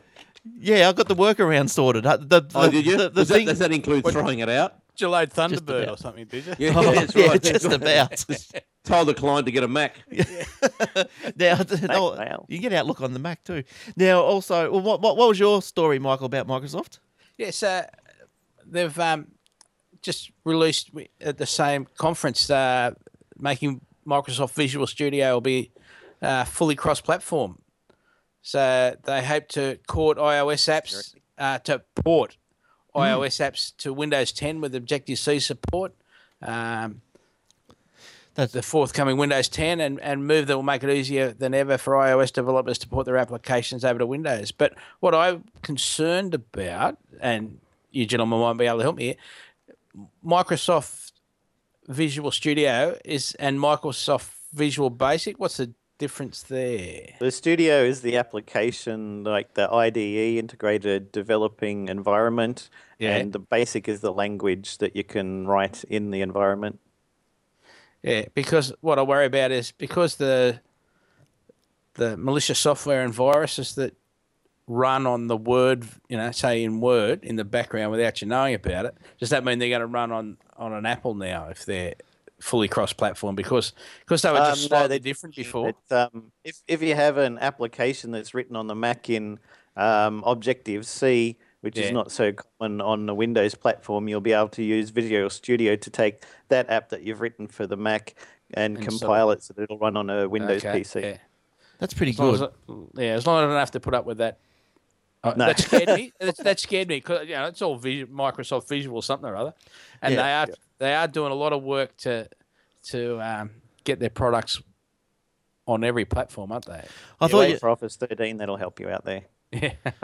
A: yeah, I've got the workaround sorted. Uh, The, the,
C: Oh, did you?
A: The, the
C: Does, that,
A: thing,
C: does that include throwing it out?
D: July
A: about.
D: Thunderbird or something, did you?
C: Yeah,
A: Oh,
C: that's
A: yeah,
C: right.
A: just about.
C: Just Tell the client to get a Mac.
A: now, no,
B: mail.
A: you get Outlook on the Mac too. Now, also, well, what, what, what was your story, Michael, about Microsoft?
D: Yes, uh, they've um, just released wi- at the same conference, uh, making Microsoft Visual Studio will be uh, fully cross-platform. So they hope to port iOS apps uh, to port
A: Hmm.
D: iOS apps to Windows 10 with Objective C support. Um,
A: That's-
D: the forthcoming Windows 10 and, and move that will make it easier than ever for iOS developers to port their applications over to Windows. But what I'm concerned about, and you gentlemen might be able to help me here, Microsoft Visual Studio is and Microsoft Visual Basic. What's the difference there?
B: The studio is the application, like the IDE, integrated developing environment,
D: Yeah.
B: and the basic is the language that you can write in the environment.
D: Yeah, because what I worry about is because the the malicious software and viruses that run on the word, you know, say in Word in the background without you knowing about it, does that mean they're going to run on on an Apple now if they're fully cross-platform? Because because they were
B: Um,
D: just
B: no,
D: slightly
B: they're
D: different before.
B: It's, um, if if you have an application that's written on the Mac in um, Objective C, which
D: Yeah.
B: is not so common on the Windows platform. You'll be able to use Visual Studio to take that app that you've written for the Mac and,
D: And so-
B: compile it so that it'll run on a Windows
D: Okay,
B: PC.
D: Yeah.
A: That's pretty
D: As long as
A: good.
D: I- yeah, as long as I don't have to put up with that. Uh,
B: No.
D: That scared me. That, that scared me because you know it's all visu Microsoft Visual something or other, and
A: Yeah.
D: they are they are doing a lot of work to to um, get their products on every platform, aren't they?
A: I
B: You
A: thought
B: wait
A: you,
B: for Office 13, that'll help you out there.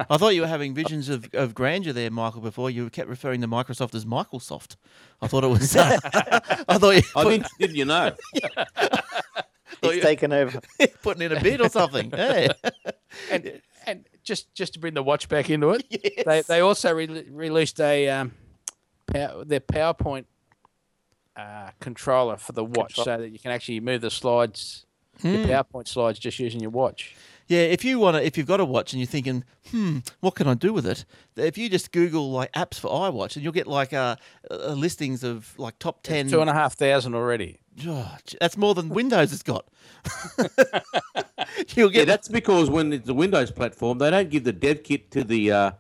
A: I thought you were having visions of, of grandeur there, Michael. Before you kept referring to Microsoft as Microsoft. I thought it was. uh, I thought you
C: I
A: put-
C: didn't, didn't you know?
A: Oh,
B: It's
A: yeah.
B: taken over.
A: putting in a bid or something. Yeah.
D: And and just just to bring the watch back into it, they they also re- released a um, pow- their PowerPoint uh, controller for the watch, so that you can actually move the slides,
A: Hmm.
D: your PowerPoint slides, just using your watch.
A: Yeah, if you want to, if you've got a watch and you're thinking, hmm, what can I do with it? If you just Google like apps for iWatch, and you'll get like uh, uh, listings of like top ten.
D: Two and a half thousand already.
A: Oh, gee, that's more than Windows has got. you'll
C: Yeah,
A: get
C: that's because when it's the Windows platform, they don't give the dev kit to the uh,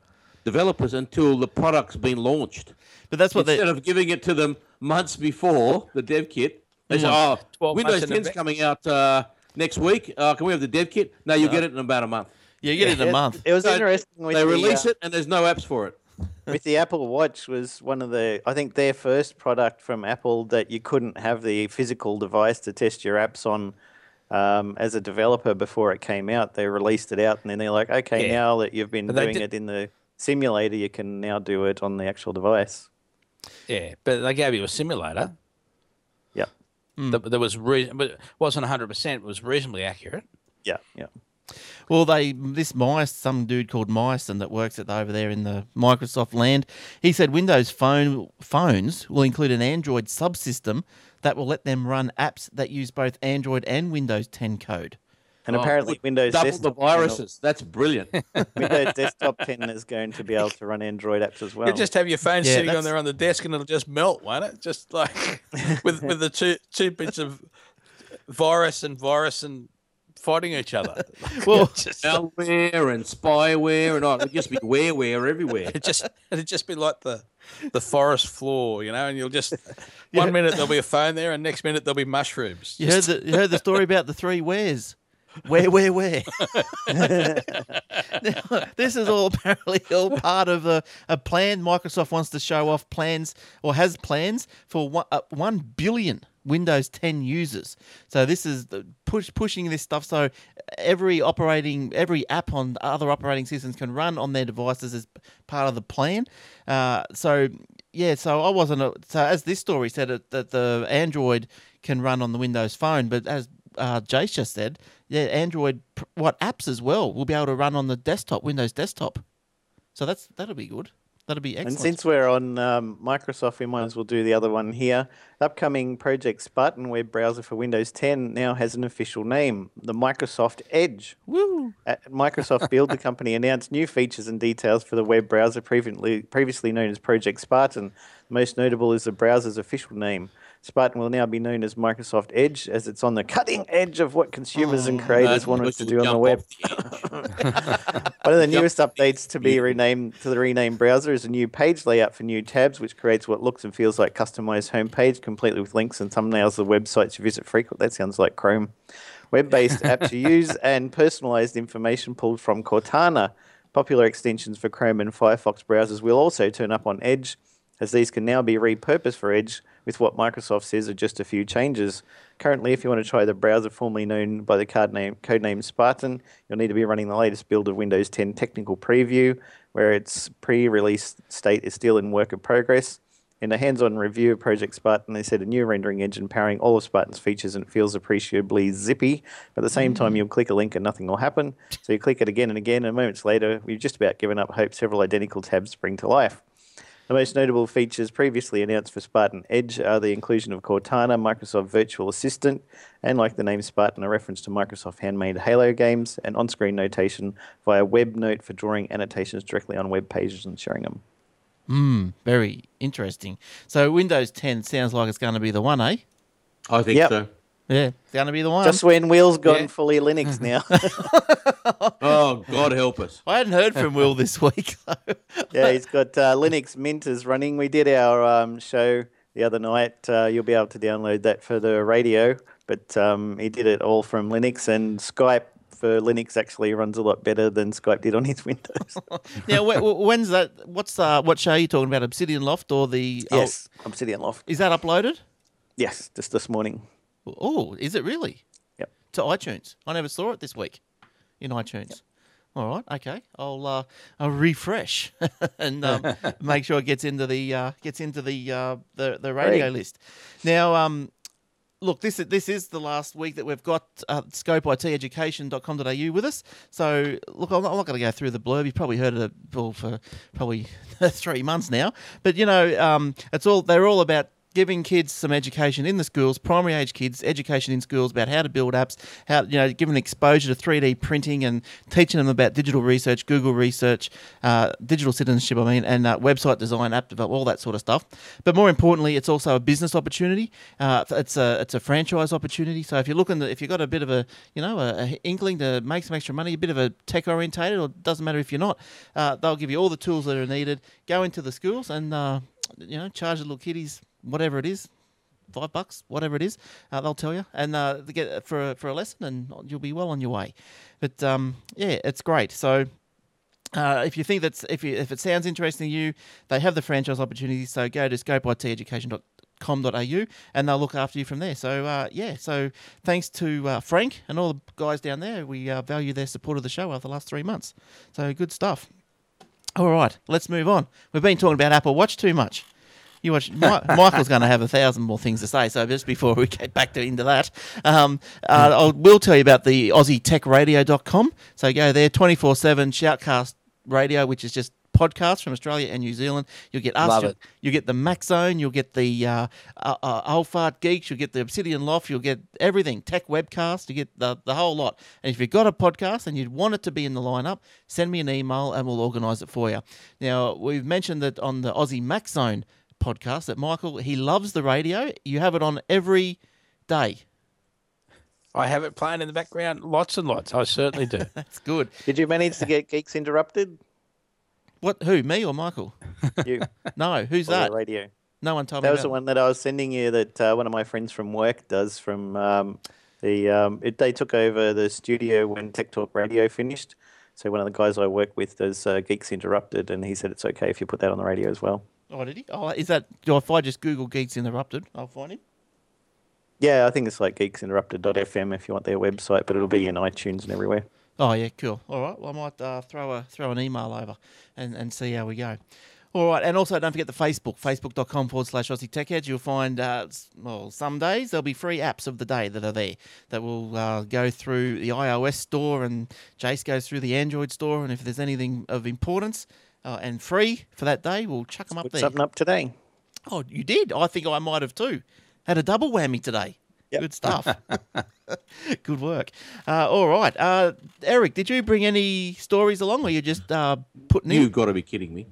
C: developers until the product's been launched.
A: but that's what they.
C: Instead of giving it to them months before the dev kit, they
B: Mm.
C: say, "Oh,
D: 12 months
C: Windows
D: in
C: 10's
D: advance."
C: coming out uh, next week. Uh, can we have the dev kit?" No, you'll get it in about a month.
A: yeah, you get it in a
B: It-
A: month.
B: It was
C: So
B: interesting. With
C: They
B: the,
C: release
B: uh,
C: it, and there's no apps for it.
B: with the Apple Watch was one of the I think their first product from Apple that you couldn't have the physical device to test your apps on um, as a developer before it came out. They released it out and then they're like, okay,
D: Yeah.
B: now that you've been
D: But they
B: doing
D: did-
B: it in the simulator, you can now do it on the actual device.
D: Yeah, but they gave you a simulator
B: Yeah,
A: Hmm.
D: that, that was re- but it wasn't hundred percent, was reasonably accurate.
B: yeah, yeah.
A: Well, they this Myers, some dude called Myerson that works at the, over there in the Microsoft land, he said Windows phone phones will include an Android subsystem that will let them run apps that use both Android and Windows 10 code.
B: And
D: Oh,
B: apparently Windows
C: Double the
B: desktop,
C: viruses. That's brilliant.
B: Windows Desktop 10 is going to be able to run Android apps as well.
D: You'll just have your phone
A: Yeah,
D: sitting on
A: that's-
D: there on the desk, and it'll just melt, won't it? Just like with with the two two bits of virus and virus and fighting each other.
A: Well,
D: just,
C: Malware and spyware and all. It'll just be wareware everywhere.
D: it just it'd just be like the the forest floor, you know. And you'll just one minute there'll be a phone there, and next minute there'll be mushrooms.
A: you heard the, you heard the story about the three wheres. Where, where, where? now, this is all apparently all part of a, a plan. Microsoft wants to show off plans or has plans for one, uh, 1 billion Windows 10 users. So this is the push, pushing this stuff so every operating every app on other operating systems can run on their devices as part of the plan. Uh, so yeah, so I wasn't a, so as this story said it, that the Android can run on the Windows phone, but as uh, Jace just said, yeah, Android pr- what apps as well will be able to run on the desktop, Windows desktop. So that's that'll be good. That'll be excellent.
B: And since we're on um, Microsoft, we might as well do the other one here. The upcoming Project Spartan web browser for Windows 10 now has an official name, the Microsoft Edge.
A: Woo!
B: At Microsoft Build, the company announced new features and details for the web browser previously, previously known as Project Spartan. Most notable is the browser's official name. Spartan will now be known as Microsoft Edge, as it's on the cutting edge of what consumers
A: Oh,
B: and creators want us to do on the web. One of the newest updates to be renamed to the renamed browser is a new page layout for new tabs, which creates what looks and feels like customized homepage, completely with links and thumbnails of the websites you visit frequently. That sounds like Chrome. Web-based apps you use and personalized information pulled from Cortana. Popular extensions for Chrome and Firefox browsers will also turn up on Edge, as these can now be repurposed for Edge with what Microsoft says are just a few changes. Currently, if you want to try the browser formerly known by the card name, codename Spartan, you'll need to be running the latest build of Windows 10 Technical Preview, where its pre release state is still in work of progress. In a hands on review of Project Spartan, they said a new rendering engine powering all of Spartan's features and it feels appreciably zippy. But at the same time, you'll click a link and nothing will happen. So you click it again and again, and moments later, we've just about given up hope several identical tabs spring to life. The most notable features previously announced for Spartan Edge are the inclusion of Cortana, Microsoft Virtual Assistant, and like the name Spartan, a reference to Microsoft handmade Halo games, and on screen notation via WebNote for drawing annotations directly on web pages and sharing them.
A: Very interesting. So Windows 10 sounds like it's going to be the one, eh?
C: I think
B: Yep.
C: so.
A: Um, Yeah, it's going to be the one.
B: Just when Will's gone
D: yeah.
B: fully Linux now.
C: Oh, Oh, God help us.
A: I hadn't heard from Will this week.
B: Yeah, he's got uh, Linux Minters running. We did our um, show the other night. Uh, you'll be able to download that for the radio, but um, he did it all from Linux and Skype. For Linux, actually runs a lot better than Skype did on his Windows.
A: now, wh- wh- when's that? What's uh, what show are you talking about? Obsidian Loft or the? oh,
B: yes, Obsidian Loft.
A: is that uploaded?
B: Yes, just this morning.
A: Oh, is it really?
B: Yep.
A: To iTunes. I never saw it this week in iTunes. All right. Okay. I'll uh, I'll refresh and um, make sure it gets into the uh, gets into the uh, the the radio
B: Great.
A: list. Now, um, look, this is, this is the last week that we've got uh, scopeiteducation.com.au with us. So, look, I'm not, I'm not going to go through the blurb. You've probably heard it all for probably three months now. But you know, um, it's all they're all about giving kids some education in the schools, primary age kids, education in schools about how to build apps, how you know, giving exposure to 3D printing and teaching them about digital research, Google research, uh, digital citizenship. I mean, and uh, website design, app development, all that sort of stuff. But more importantly, it's also a business opportunity. Uh, it's a it's a franchise opportunity. So if you're looking, to, if you've got a bit of a you know a, a inkling to make some extra money, a bit of a tech orientated, or it doesn't matter if you're not, uh, they'll give you all the tools that are needed. Go into the schools and uh, you know charge the little kiddies whatever it is. Five bucks, whatever it is, uh, they'll tell you, and uh, they get for a, for a lesson, and you'll be well on your way. But um, yeah, it's great. So uh, if you think that's if you, if it sounds interesting to you, they have the franchise opportunities. So go to scopeiteducation.com.au and they'll look after you from there. So uh, yeah, so thanks to uh, Frank and all the guys down there. We uh, value their support of the show over the last three months. So good stuff. All right, let's move on. We've been talking about Apple Watch too much. You watch. Mi- Michael's going to have a thousand more things to say. So just before we get back to into that, um, uh, I will tell you about the AussieTechRadio.com. So go there, twenty four seven Shoutcast Radio, which is just podcasts from Australia and New Zealand. You'll get us.
D: Love
A: you'll,
D: it.
A: you'll get the Mac Zone. You'll get the uh, uh, uh, Olfart Geeks. You'll get the Obsidian Loft. You'll get everything. Tech Webcast. You get the the whole lot. And if you've got a podcast and you'd want it to be in the lineup, send me an email and we'll organise it for you. Now we've mentioned that on the Aussie Mac Zone podcast that Michael he loves the radio. You have it on every day.
D: I have it playing in the background lots and lots. I certainly do.
A: That's good.
B: Did you manage to get Geeks interrupted?
A: What? Who? Me or Michael?
B: You
A: No. Who's
B: or
A: that?
B: the radio?
A: No one told me.
B: That was
A: about
B: the one that I was sending you that uh, one of my friends from work does from um, the um, it, they took over the studio when Tech Talk Radio finished. So one of the guys I work with does uh, Geeks Interrupted, and he said it's okay if you put that on the radio as well.
A: Oh, did he? Oh, is that? do- If I just Google Geeks Interrupted, I'll find him.
B: Yeah, I think it's like geeksinterrupted.fm if you want their website, but it'll be in iTunes and everywhere.
A: Oh yeah, cool. All right. Well, I might uh, throw a throw an email over and, and see how we go. All right, and also don't forget the Facebook, facebook.com forward slash Aussie Tech Edge. You'll find, uh, s- well, some days there'll be free apps of the day that are there that will uh, go through the iOS store and Jace goes through the Android store. And if there's anything of importance uh, and free for that day, we'll chuck them up
B: Put
A: there.
B: something up today.
A: Oh, you did. I think I might have too. Had a double whammy today.
B: Yep.
A: Good stuff. Good work. Uh, all right, uh, Eric, did you bring any stories along, or you just uh, putting
C: You've
A: in?
C: got to be kidding me.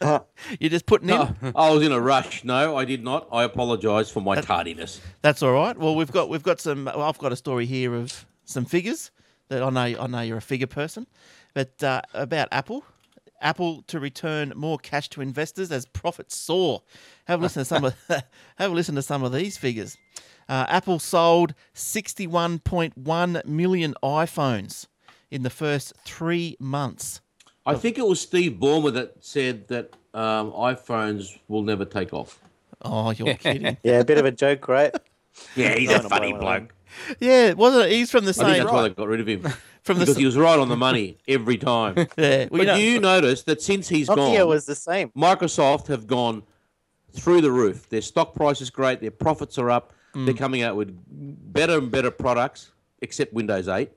C: Ah,
A: You just putting in.
C: I was in a rush. No, I did not. I apologise for my tardiness.
A: That's all right. Well, we've got we've got some. Well, I've got a story here of some figures that I know I know you're a figure person, but uh, about Apple. Apple to return more cash to investors as profits soar. Have a listen to some of have a listen to some of these figures. Uh, Apple sold 61.1 million iPhones in the first three months.
C: I think it was Steve Ballmer that said that um, iPhones will never take off.
A: Oh, you're kidding!
B: Yeah, a bit of a joke, right?
C: Yeah, he's
B: a funny bloke.
A: Yeah, wasn't it? He's from the
C: I think
A: same
C: that's why they got rid of him
A: from the
C: because he
A: s-
C: was right on the money every time. but
A: yeah. well, you know-
C: do you notice that since he's
B: Nokia
C: gone,
B: was the same.
C: Microsoft have gone through the roof. Their stock price is great. Their profits are up.
A: Mm.
C: They're coming out with better and better products, except Windows 8.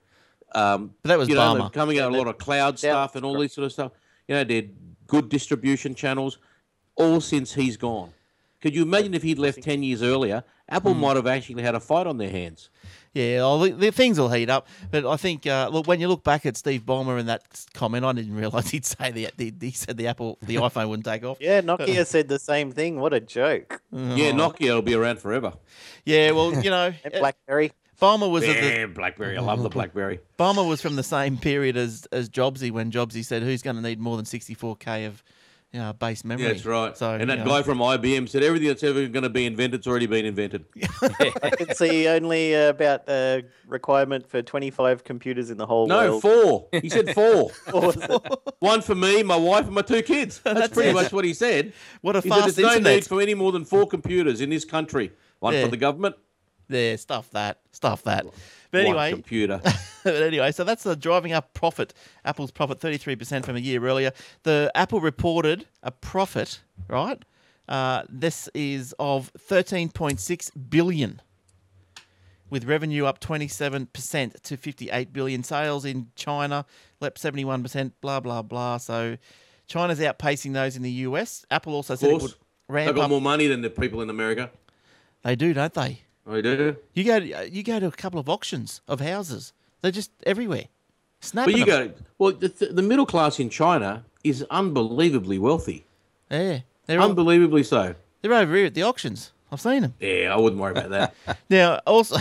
C: Um,
A: But that was
C: you know,
A: Balmer.
C: they're coming out with a lot of cloud stuff and all this sort of stuff. You know, they're good distribution channels, all since he's gone. Could you imagine if he'd left 10 years earlier? Apple
A: Mm.
C: might have actually had a fight on their hands.
A: Yeah, well, the, the things will heat up. But I think, uh, look, when you look back at Steve Ballmer and that s- comment, I didn't realise he'd say the, the he said the Apple, the iPhone wouldn't take off.
B: Yeah, Nokia said the same thing. What a joke.
A: Mm-hmm.
C: Yeah, Nokia will be around forever.
A: Yeah, well, you know,
B: And
A: uh,
B: BlackBerry.
A: Balmer was at the, Mm-hmm.
C: Yeah, BlackBerry. I love the BlackBerry.
A: Balmer was from the same period as as Jobsy when Jobsy said, "Who's going to need more than 64k of you know, base memory?"
C: Yeah, that's right.
A: So
C: and
A: you
C: that
A: know,
C: guy from IBM said everything that's ever going to be invented's already been invented.
B: I can see only uh, about the requirement for 25 computers in the whole
C: No,
B: world.
C: four. He said four.
B: Or is it-
C: One for me, my wife, and my two kids. That's, pretty much what he said.
A: What a
C: he
A: fast
C: said, There's no
A: internet."
C: need for any more than four computers in this country. One
A: Yeah.
C: for the government,
A: there, stuff that, stuff that. But
C: one
A: anyway,
C: computer.
A: but anyway, so that's the driving up profit. Apple's profit 33% from a year earlier. The Apple reported a profit, right? Uh, this is of 13.6 billion, with revenue up 27% to 58 billion. Sales in China leapt 71%. Blah blah blah. So China's outpacing those in the US. Apple also
C: Of
A: said it would
C: course. They've
A: ramp
C: got
A: up.
C: more money than the people in America.
A: They do, don't Oh, they?
C: They do.
A: You go, you go to a couple of auctions of houses. They're just everywhere. Snapping
C: But you
A: them.
C: go, well, the, the middle class in China is unbelievably wealthy.
A: Yeah, they're all,
C: Unbelievably so.
A: they're over here at the auctions. I've seen them.
C: Yeah, I wouldn't worry about that.
A: Now, also,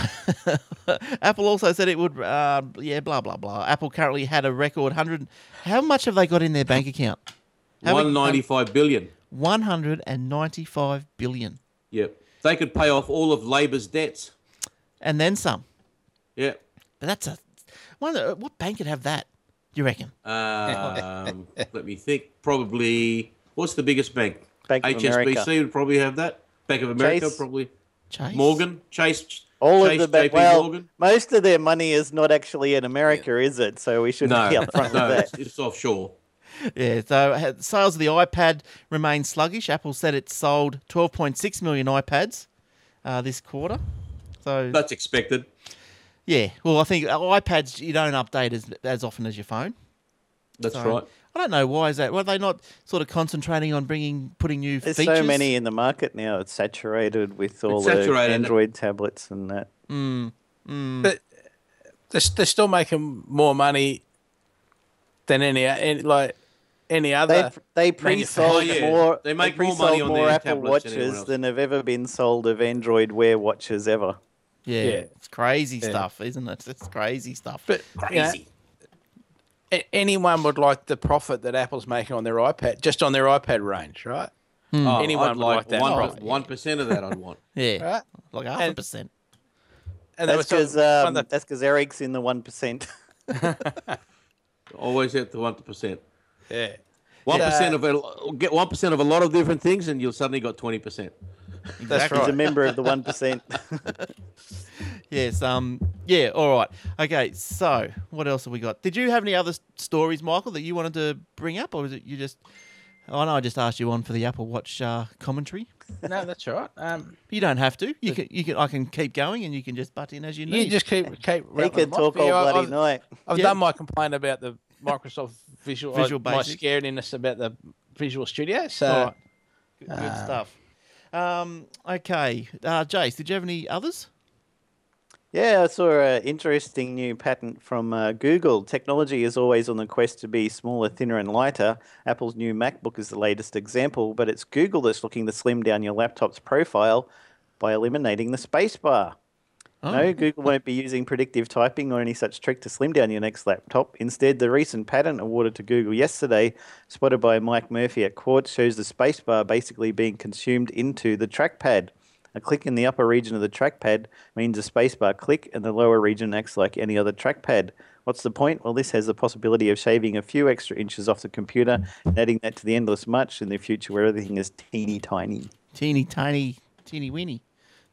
A: Apple also said it would. Uh, yeah, blah blah blah. Apple currently had a record hundred. How much have they got in their bank account? um,
C: One ninety-five billion.
A: One hundred and ninety-five billion,
C: Yep. They could pay off all of Labor's debts.
A: and then some.
C: Yep.
A: But that's a. Wonder, what bank could have that? Do you reckon?
C: Uh, Um, let me think. Probably what's the biggest bank?
B: Bank of
C: HSBC
B: America.
C: would probably have that. Bank of America
B: Chase.
C: probably.
A: Chase
C: Morgan Chase.
B: All
C: Chase,
B: of the ba-
C: JP
B: well,
C: Morgan.
B: most of their money is not actually in America, is it? So we shouldn't
C: No,
B: be upfront
C: no,
B: with
C: it's,
B: that.
C: it's offshore.
A: Yeah, so ha- sales of the iPad remain sluggish. Apple said it sold 12.6 million iPads uh, this quarter. So
C: That's expected.
A: yeah, well, I think uh, iPads you don't update as as often as your phone.
C: That's
A: So
C: right.
A: I don't know why is that. Were they not sort of concentrating on bringing putting new
B: There's
A: features?
B: so many in the market now. It's saturated with all
C: saturated.
B: the Android tablets and that.
D: they're, they're still making more money than any, any like any
B: They
D: other.
B: they pre-sold
C: Oh, yeah.
B: more.
C: They make more
B: pre-sold
C: money on their
B: Apple
C: tablets than anyone
B: watches
C: else.
B: than have ever been sold of Android Wear watches ever.
A: Yeah,
D: Yeah.
A: it's crazy stuff, isn't it? It's crazy stuff.
D: but you know,
C: Crazy.
D: a- anyone would like the profit that Apple's making on their iPad, just on their iPad range, right?
C: Oh,
D: Anyone
C: I'd
D: would like that
C: One,
D: profit.
C: one percent of that I'd want.
A: yeah,
D: Right.
A: like half a
D: And-
A: percent.
D: And they
B: That's
D: were talking-
B: because um,
D: one of the-
B: that's because Eric's in the one percent.
C: Always at the one percent.
D: yeah.
C: One
D: Yeah.
C: of a, get one percent of a lot of different things, and you'll suddenly got twenty percent.
D: That's
B: He's a
D: right.
B: member of the one percent.
A: Yes. Um. Yeah. All right. Okay. So, what else have we got? Did you have any other s- stories, Michael, that you wanted to bring up, or was it you just? I know I just asked you on for the Apple Watch uh, commentary.
D: No, that's all right. Um,
A: You don't have to. You can. You can. I can keep going, and you can just butt in as you need.
D: you just keep keep.
B: he
D: rattling
B: could
D: them off.
B: talk all
D: Yeah, I-
B: bloody
D: I've-
B: night.
D: I've
A: Yeah.
D: done my complaint about the Microsoft
A: Visual
D: Visual, Visual my
A: Basic.
D: scaredness about the Visual Studio. So
A: All right. Good, good stuff. Um. Okay. Uh, Jace, did you have any others?
B: Yeah, I saw an interesting new patent from uh, Google. Technology is always on the quest to be smaller, thinner, and lighter. Apple's new MacBook is the latest example, but it's Google that's looking to slim down your laptop's profile by eliminating the spacebar. No, Google won't be using predictive typing or any such trick to slim down your next laptop. Instead, the recent patent awarded to Google yesterday, spotted by Mike Murphy at Quartz, shows the spacebar basically being consumed into the trackpad. A click in the upper region of the trackpad means a spacebar click, and the lower region acts like any other trackpad. What's the point? Well, this has the possibility of shaving a few extra inches off the computer and adding that to the endless much in the future where everything is teeny tiny.
A: Teeny tiny, teeny weeny.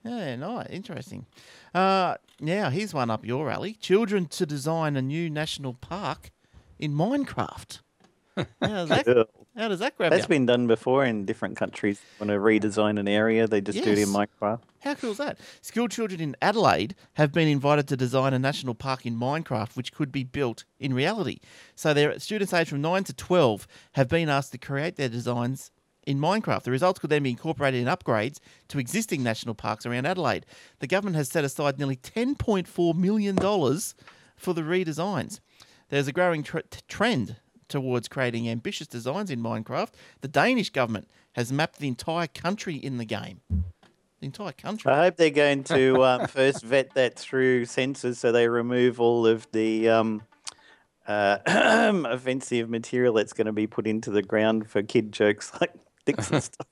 A: Yeah, nice, interesting. Uh, now here's one up your alley. Children to design a new national park in Minecraft. How does
B: Cool.
A: that, how does that grab
B: That's
A: you?
B: been done before in different countries. When they redesign an area, they just do it in
A: Yes.
B: Minecraft.
A: How cool is that? Skilled children in Adelaide have been invited to design a national park in Minecraft, which could be built in reality. So their students aged from 9 to 12 have been asked to create their designs in Minecraft. The results could then be incorporated in upgrades to existing national parks around Adelaide. The government has set aside nearly $10.4 million for the redesigns. There's a growing tr- t- trend towards creating ambitious designs in Minecraft. The Danish government has mapped the entire country in the game. the entire country.
B: I hope they're going to um, first vet that through censors so they remove all of the um, uh, offensive material that's going to be put into the ground for kid jokes like dicks and stuff.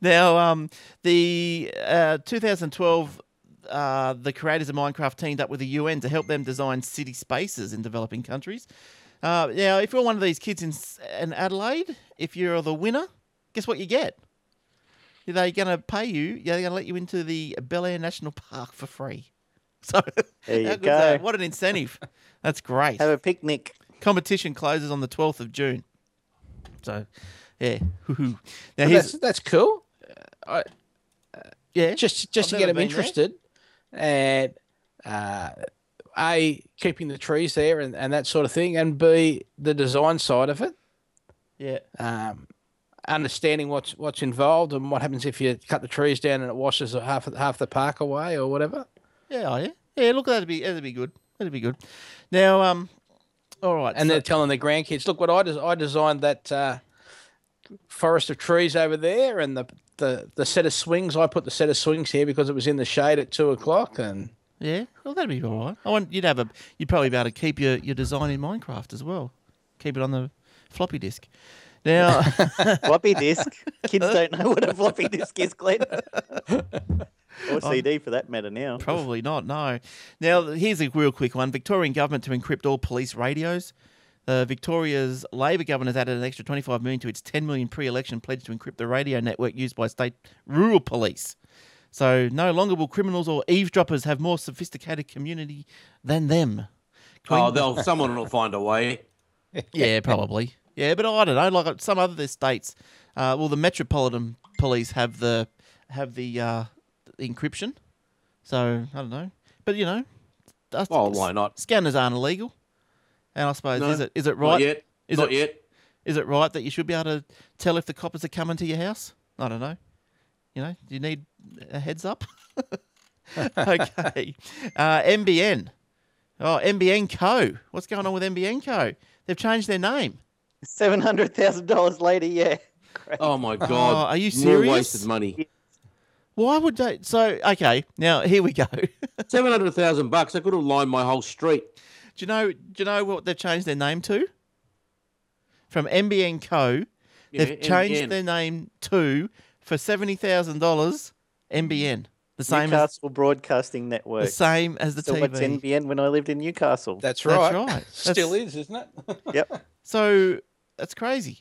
A: Now, um, the uh, 2012, uh, the creators of Minecraft teamed up with the UN to help them design city spaces in developing countries. Uh, now, if you're one of these kids in, S- in Adelaide, if you're the winner, guess what you get? They're going to pay you. They're going to let you into the Bel Air National Park for free. So,
B: There
A: how
B: you
A: good's that? uh,
B: go.
A: What an incentive! That's great.
B: Have a picnic.
A: Competition closes on the 12th of June. So, yeah. hoo-hoo. Now,
D: But that's
A: here's,
D: that's cool.
A: yeah.
D: Just just
A: I've
D: to
A: never
D: get
A: been
D: them
A: there.
D: interested, and uh, a keeping the trees there and, and that sort of thing, and b the design side of it.
A: Yeah.
D: um, understanding what's what's involved and what happens if you cut the trees down and it washes half half the park away or whatever.
A: Yeah, oh, yeah, yeah. Look, that'd be that'd be good. That'd be good. Now, um, all right,
D: And
A: so-
D: they're telling their grandkids, "Look what I des- I designed that uh, forest of trees over there, and the, the the set of swings I put the set of swings here because it was in the shade at two o'clock." And
A: yeah, well, that'd be all right. I want you'd have a you'd probably be able to keep your your design in Minecraft as well. Keep it on the floppy disk. Now,
B: Floppy disk. Kids don't know what a floppy disk is, Glenn. Or CD for that matter now.
A: probably not. No. Now, here's a real quick one. Victorian government to encrypt all police radios. Uh, Victoria's Labor government has added an extra 25 million to its 10 million pre-election pledge to encrypt the radio network used by state rural police. So no longer will criminals or eavesdroppers have more sophisticated community than them.
C: Oh, they'll someone will find a way.
A: Yeah, probably. Yeah, but I don't know. Like uh, some other states, uh, well, the metropolitan police have the have the uh, encryption. So I don't know, but you know, that's-
C: Well, why not?
A: Scanners aren't illegal, and I suppose
C: No,
A: is it is it right?
C: Not yet.
A: Is
C: not
A: it-
C: yet.
A: Is it right that you should be able to tell if the coppers are coming to your house? I don't know. You know, do you need a heads up? okay. Uh, MBN. Oh, MBN Co. What's going on with MBN Co? They've changed their name.
B: Seven hundred thousand dollars later, yeah.
C: Oh my god!
A: are you
C: More
A: serious?
C: wasted money.
A: Why would they? So, okay, now here we go. do
C: Seven hundred thousand bucks. I could have lined my whole street.
A: you know? Do you know what they've changed their name to? From MBN Co. They've
C: Yeah,
A: changed
C: NBN.
A: their name to for seventy thousand dollars. MBN, the same as
B: Newcastle Broadcasting
A: the
B: Network.
A: same as the
B: So
A: TV.
B: what's NBN when I lived in Newcastle?
D: that's
A: That's
D: right.
A: right. That's-
D: Still is, isn't it?
B: Yep.
A: So that's crazy.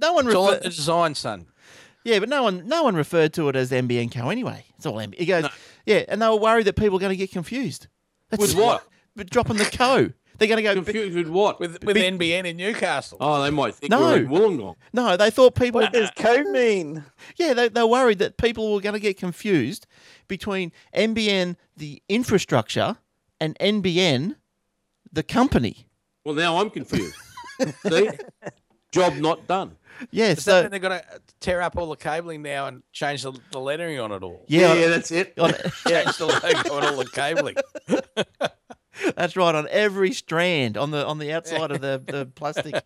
A: no one
D: it's all in
A: refer-
D: the design, son.
A: yeah, but no one no one referred to it as MBN Co anyway. It's all MBN. It goes yeah, and they were worried that people were going to get confused. That's
C: With what?
A: But dropping the co, they're going to go.
C: Confused with what?
D: With with NBN in Newcastle.
C: oh, they might think
A: No.
C: we're in Wollongong.
A: No, they thought people.
B: What does co mean?
A: Yeah, they, they're worried that people were going to get confused between MBN, the infrastructure, and NBN, the company.
C: Well, now I'm confused. See, job not done.
A: Yeah,
D: Is that
A: so
D: when they're going to tear up all the cabling now and change the, the lettering on it all?
A: yeah,
C: that's it.
A: on-
D: Change the logo on all the cabling.
A: that's right. On every strand, on the on the outside of the, the plastic.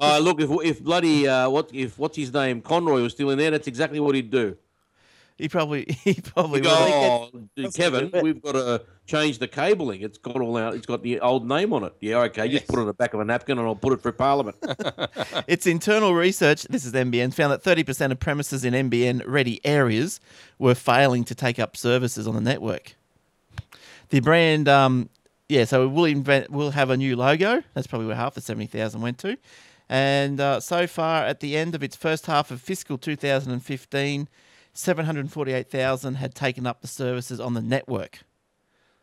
C: Uh, look, if if bloody uh, what if what's his name Conroy was still in there, that's exactly what he'd do.
A: He probably he probably
C: He'd
A: would.
C: go, oh, Kevin,
B: do it."
C: we've got to change the cabling. It's got all our, it's got the old name on it. Yeah, okay, just put it on the back of a napkin, and I'll put it through Parliament.
A: Its internal research, this is MBN, found that 30% of premises in MBN ready areas were failing to take up services on the network. The brand, um, yeah, so we'll invent, we'll have a new logo. That's probably where half the 70,000 went to. And uh, so far, at the end of its first half of fiscal 2015, 748,000 had taken up the services on the network.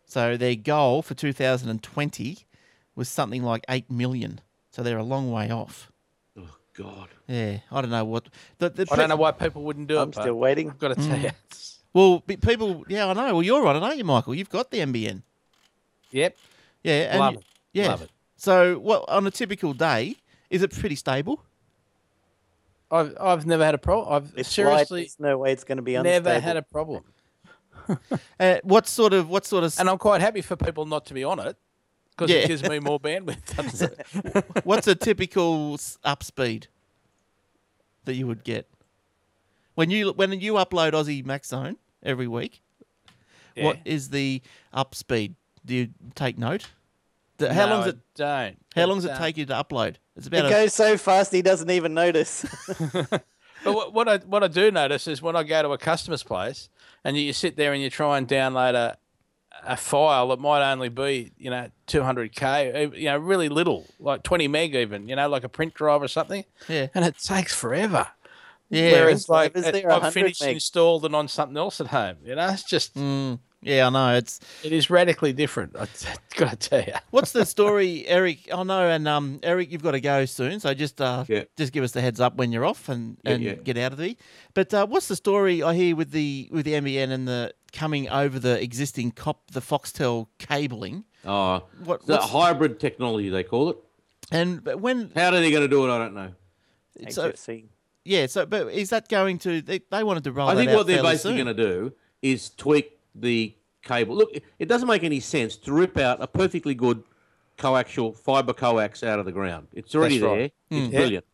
A: So their goal for 2020 was something like 8 million. So they're a long way off.
C: oh God,
A: Yeah, I don't know what the, the
D: I don't know why people wouldn't do
B: I'm
D: it. but
B: still waiting.
D: I've got to
A: Hmm.
D: tell you.
A: Well, be- people, yeah, I know. Well, you're on it, aren't you, Michael? You've got the MBN.
D: Yep.
A: Yeah, and
D: Love
A: you-
D: it.
A: Yeah.
D: Love it.
A: So, what on a typical day is it pretty stable?
D: I've, I've never had a problem. I've
B: It's
D: seriously
B: there's no way it's going to be unstable.
D: never had a problem.
A: Uh, what sort of what sort of
D: And I'm quite happy for people not to be on it because
A: Yeah.
D: it gives me more bandwidth. doesn't it?
A: what's a typical s- up speed that you would get? When you when you upload Aussie Max Zone every week, what
D: Yeah.
A: is the up speed? Do you take note? The- How
D: No,
A: long
D: I
A: does it
D: don't.
A: how long does
D: But,
A: it
D: uh,
A: take you to upload? It's
B: It
A: about a,
B: goes so fast he doesn't even notice.
D: But what, what I what I do notice is when I go to a customer's place and you, you sit there and you try and download a a file that might only be you know 200k, e, you know, really little, like 20 meg even, you know, like a print drive or something,
A: yeah
D: and it takes forever.
A: yeah
D: Whereas like
B: Is
D: it-
B: there a
D: I've
B: 100
D: finished
B: meg?
D: installed and on something else at home. You know, it's just
A: mm, yeah I know it's
D: it is radically different. I t- gotta tell you.
A: What's the story, Eric? I know, and um, Eric, you've got to go soon, so just uh,
C: Yeah.
A: just give us the heads up when you're off and,
C: Yeah,
A: and
C: yeah.
A: get out of there. But uh, what's the story I hear with the with the NBN and the coming over the existing cop the Foxtel cabling?
C: Oh,
A: What-
C: it's a
A: what's-
C: hybrid technology they call it.
A: And but when
C: How are they going to do it? I don't know.
A: so
B: HFC.
A: yeah, so but is that going to they, they wanted to roll?
C: I
A: that
C: think
A: out
C: what they're
A: fairly
C: basically
A: soon.
C: going to do is tweak the cable. Look, it- it doesn't make any sense to rip out a perfectly good coaxial fiber coax out of the ground. It's already
D: That's
C: there.
D: right.
C: It's brilliant.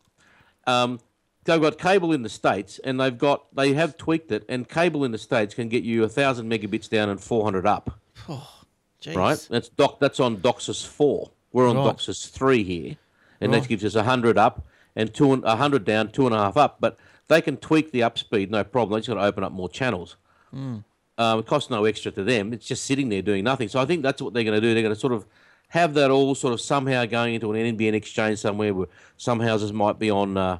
C: Um, they've got cable in the states, and they've got they have tweaked it, and cable in the states can get you thousand megabits down and four hundred up.
A: Jeez.
C: right? That's doc. That's on DOCSIS four. We're on
A: Right.
C: DOCSIS three here, and
A: Right.
C: that gives us hundred up and two and hundred down, two and a half up. But they can tweak the up speed, no problem. They just got to open up more channels.
A: Hmm.
C: Um, it costs no extra to them. It's just sitting there doing nothing. So I think that's what they're going to do. They're going to sort of have that all sort of somehow going into an NBN exchange somewhere where some houses might be on, uh,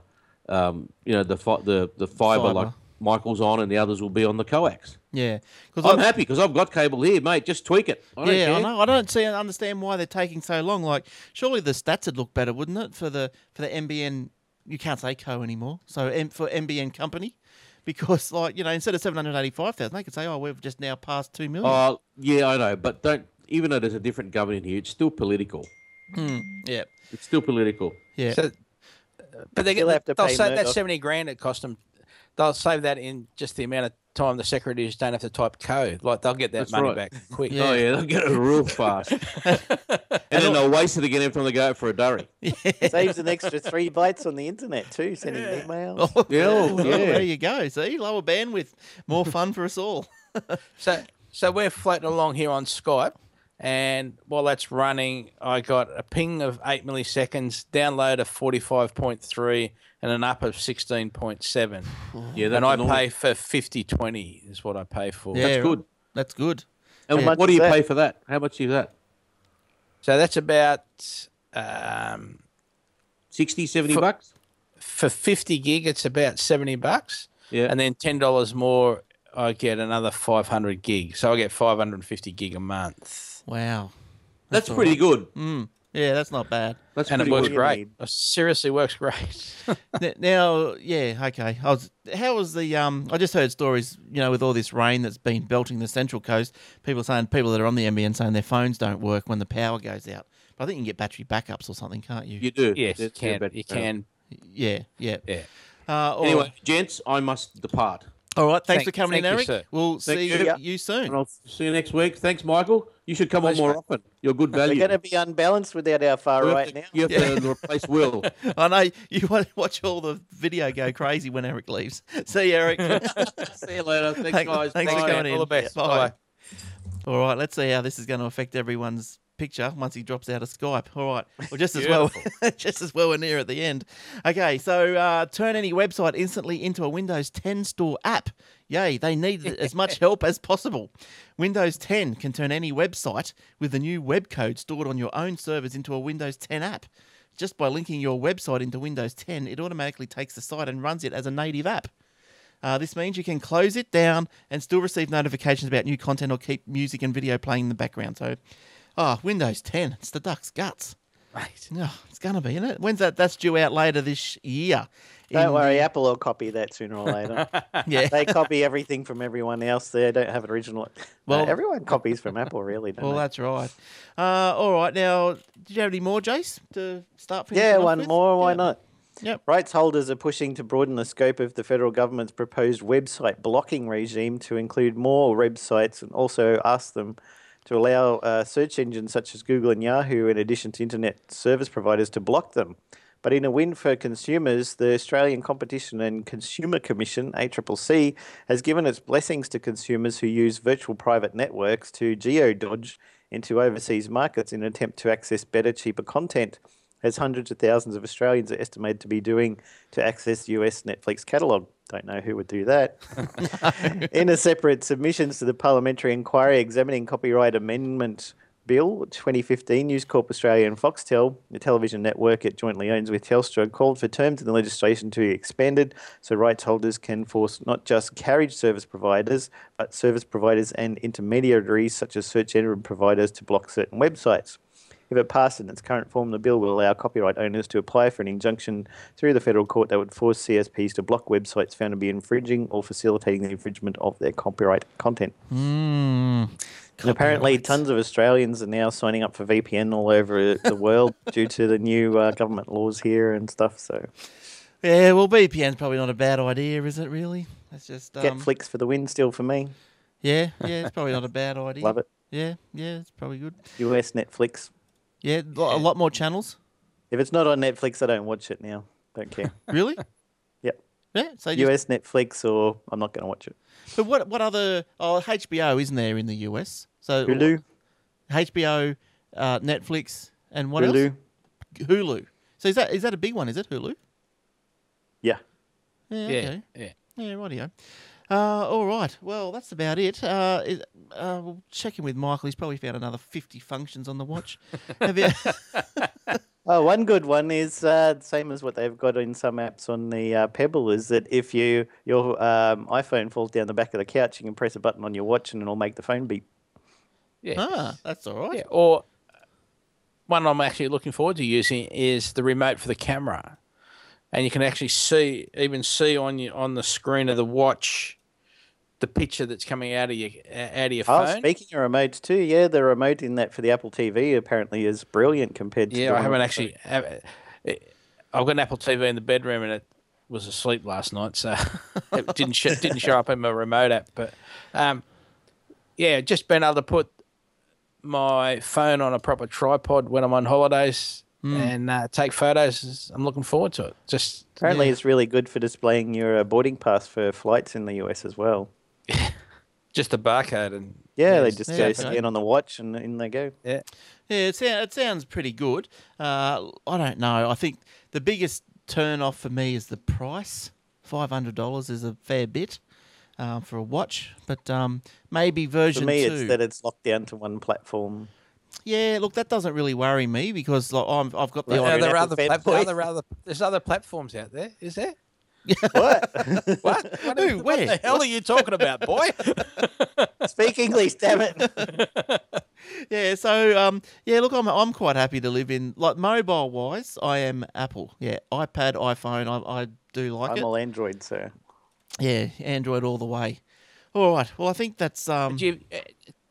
C: um, you know, the fi- the the fiber,
A: Fibre.
C: like Michael's on, and the others will be on the coax.
A: Yeah,
C: I'm
A: because
C: happy because I've got cable here, mate. Just tweak it. I don't
A: yeah, I
C: care.
A: know. I don't see and understand why they're taking so long. Like, surely the stats would look better, wouldn't it, for the for the MBN? You can't say co anymore. So M, for MBN company, because like you know, instead of seven hundred eighty-five thousand, they could say, "Oh, we've just now passed two million.
C: Oh, yeah, I know, but don't. Even though there's a different government here, it's still political.
A: yeah,
C: It's still political.
A: yeah.
D: So, but they,
B: Still
D: will
B: have to
D: they'll
B: pay
D: save that
B: Murdoch.
D: seventy grand it cost them. They'll save that in just the amount of time the secretaries don't have to type code. Like they'll get that
C: That's
D: money
C: right.
D: back quick.
A: Yeah.
C: Oh yeah, they'll get it real fast, and, then they'll waste it again every time they go out for a durry.
B: Saves an extra three bytes on the internet too, sending emails.
A: Oh,
C: Yeah, oh,
A: well,
C: yeah.
A: there you go. See, lower bandwidth, more fun for us all.
D: So, so we're floating along here on Skype, and while that's running, I got a ping of eight milliseconds, download of forty-five point three, and an up of sixteen point seven.
C: Yeah, that's
D: And I
C: annoying.
D: pay for fifty twenty is what I pay for.
A: Yeah, right.
C: good.
A: That's good.
C: And
B: How much
C: what do
B: is
C: you
B: that?
C: pay for that? How much is that?
D: So that's about um,
C: 60, 70
D: For-
C: bucks.
D: for 50 gig it's about 70 bucks
C: Yeah.
D: and then $10 more i get another 500 gig so i get 550 gig a month
A: Wow.
C: That's, pretty good.
A: Yeah, that's not bad.
C: That's
D: and it
C: pretty
D: works
C: good.
D: great
B: Indeed.
D: it seriously works great
A: N- Now, yeah, okay. I was, how was the? Um, I just heard stories, you know, with all this rain that's been belting the central coast. People saying people that are on the NBN saying their phones don't work when the power goes out. But I think you can get battery backups or something, can't you?
C: You do.
D: yes you
C: That's good,
D: can
C: but- uh,
D: you can
A: yeah, yeah.
D: yeah
A: Uh, all
C: Anyway,
A: right.
C: gents, I must depart.
A: all right. Thanks
D: Thank-
A: for coming in, Eric.
D: thank you, sir.
A: We'll
C: Thank
A: see
C: you.
A: you,
C: Yeah.
A: soon.
C: And I'll see you next week. Thanks, Michael. You should come on more often. You're good
B: We're
C: value.
B: going to be unbalanced without our far
C: You have
B: right
C: to-
B: now.
C: You have to replace Will.
A: I know you want to watch all the video go crazy when Eric leaves. See you, Eric.
C: see you later. Thanks,
A: Thank-
C: guys.
A: thanks for
C: Bye.
A: coming in.
D: All the best.
A: Bye.
D: Bye.
A: All right, let's see how this is going to affect everyone's picture once he drops out of Skype. All right, well, just as well, just as well, we're near at the end. Okay, so uh, turn any website instantly into a Windows 10 store app. Yay, they need as much help as possible. Windows 10 can turn any website with the new web code stored on your own servers into a Windows 10 app. Just by linking your website into Windows 10, it automatically takes the site and runs it as a native app. Uh, this means you can close it down and still receive notifications about new content or keep music and video playing in the background. So, oh, Windows 10, it's the duck's guts.
D: Right.
A: Oh, it's going to be, isn't it? When's that? That's due out later this year.
B: Don't
A: In-
B: worry, Apple will copy that sooner or later.
A: Yeah.
B: they copy everything from everyone else. They don't have original. Well,
A: Well-
B: everyone copies from Apple, really. Don't
A: Well,
B: they?
A: that's right. Uh, all right. Now, did you have any more, Jace, to start?
B: yeah,
A: finishing off
B: one
A: with?
B: more. Why
A: Yeah.
B: not?
A: Yep.
B: Rights holders are pushing to broaden the scope of the federal government's proposed website blocking regime to include more websites and also ask them to allow uh, search engines such as Google and Yahoo, in addition to internet service providers, to block them. But in a win for consumers, the Australian Competition and Consumer Commission (ACCC) has given its blessings to consumers who use virtual private networks to geo dodge into overseas markets in an attempt to access better, cheaper content, as hundreds of thousands of Australians are estimated to be doing to access US Netflix catalogue. Don't know who would do that. in a separate submissions to the parliamentary inquiry examining copyright amendment bill 2015, News Corp Australia and Foxtel, the television network it jointly owns with Telstra, called for terms in the legislation to be expanded so rights holders can force not just carriage service providers, but service providers and intermediaries such as search engine providers to block certain websites. If it passed in its current form, the bill will allow copyright owners to apply for an injunction through the federal court that would force CSPs to block websites found to be infringing or facilitating the infringement of their copyright content.
A: Hmm,
B: And apparently, tons of Australians are now signing up for VPN all over the world due to the new uh, government laws here and stuff. So,
A: Yeah, well, VPN's probably not a bad idea, is it? Really? That's just um,
B: Netflix for the win still for me.
A: Yeah, yeah, it's probably not a bad idea.
B: Love it.
A: Yeah, yeah, it's probably good.
B: US Netflix.
A: Yeah, lo- a lot more channels.
B: If it's not on Netflix, I don't watch it now. Don't care.
A: Really?
B: yep.
A: Yeah. So just,
B: US Netflix, or I'm not going to watch it.
A: but what what other? Oh, HBO isn't there in the US? So
B: Hulu.
A: HBO, uh, Netflix, and what
B: Hulu.
A: else? Hulu. So is that is that a big one? Is it Hulu?
B: Yeah.
A: Yeah.
D: Yeah,
A: Okay.
D: yeah.
A: Yeah, rightio. Uh, all right. Well, that's about it. Uh, is, uh, we'll check in with Michael. He's probably found another 50 functions on the watch. Have you?
B: Oh, one good one is uh, the same as what they've got in some apps on the uh, Pebble is that if you your um, iPhone falls down the back of the couch, you can press a button on your watch and it'll make the phone beep.
D: Yeah.
A: ah, that's all right.
D: Yeah, or one I'm actually looking forward to using is the remote for the camera, and you can actually see, even see on your, on the screen of the watch, the picture that's coming out of your uh, out of your
B: Oh,
D: phone.
B: speaking of remotes too, yeah, the remote in that for the Apple TV apparently is brilliant compared to. the
D: Yeah, I
B: one
D: haven't
B: on-
D: actually. have- it- I've got an Apple TV in the bedroom, and it was asleep last night, so it didn't show, didn't show up in my remote app. But um, yeah, just being able to put my phone on a proper tripod when I'm on holidays
B: Hmm.
D: and uh, take photos. is- I'm looking forward to it. Just
B: Apparently, it's really good for displaying your uh, boarding pass for flights in the US as well.
D: just a barcode and
B: Yeah,
D: Yeah,
B: they
D: it's-
B: just
A: yeah,
B: go
A: it's
B: scan
A: great.
B: on the watch and in they go.
D: yeah.
A: Yeah, it, sound, it sounds pretty good. Uh, I don't know. I think the biggest turn off for me is the price. Five hundred dollars is a fair bit uh, for a watch, but um, maybe
B: For
A: version
B: me,
A: two.
B: it's that it's locked down to one platform.
A: yeah, look, that doesn't really worry me because like I'm, I've got the.
B: Well,
D: Are
B: an
D: there
B: Apple
D: other
B: fanboy.
D: plat- are there other there's other platforms out there? Is there?
B: What?
D: What? What,
A: Who?
D: what
A: Where?
D: the hell are you talking about, boy?
B: Speak English, damn it.
A: Yeah, so um, yeah, look, I'm I'm quite happy to live in like mobile wise. I am Apple. Yeah, iPad, iPhone. I, I do like
B: I'm
A: it.
B: all Android, so.
A: yeah, Android all the way. All right. Well, I think that's um.
D: do you eh,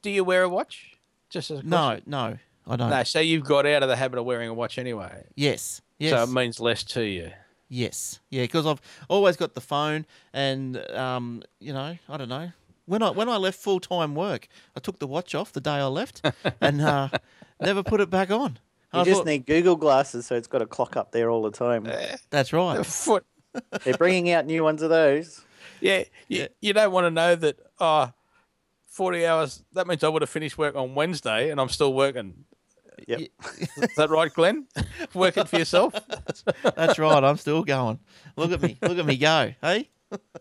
D: do you wear a watch? Just as a question.
A: no, no, I don't.
D: No, so you've got out of the habit of wearing a watch anyway.
A: Yes. Yes.
D: So it means less to you.
A: Yes, yeah, because I've always got the phone, and um, you know, I don't know. When I when I left full time work, I took the watch off the day I left, and uh, never put it back on.
B: You
A: I
B: just
A: thought-
B: need Google glasses, so it's got a clock up there all the time.
A: that's right.
D: Foot.
B: They're bringing out new ones of those.
D: Yeah. You, you don't want to know that, oh, 40 hours, that means I would have finished work on Wednesday and I'm still working.
B: Yep.
D: Is that right, Glenn? working for yourself?
A: That's right. I'm still going. Look at me. Look at me go. Hey,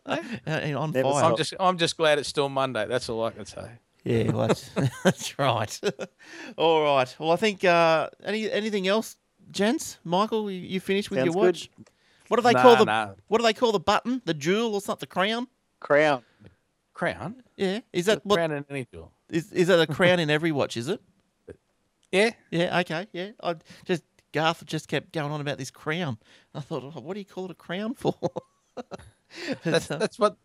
A: Uh, And on
B: Never
A: fire.
D: I'm just I'm just glad it's still Monday. That's all I can say.
A: Yeah, well, that's, that's right. All right. Well, I think uh, any anything else, gents? Michael, you, you finished with
B: Sounds
A: your
B: good.
A: watch? What do they
D: Nah,
A: call the
D: nah.
A: What do they call the button? The jewel or something? The crown?
B: Crown.
D: Crown?
A: Yeah. Is that what
D: Crown and any jewel.
A: is is that a crown in every watch? Is it?
D: Yeah.
A: Yeah. Okay. Yeah. I just Garth just kept going on about this crown. I thought, oh, what do you call it a crown for?
D: That's, that's what,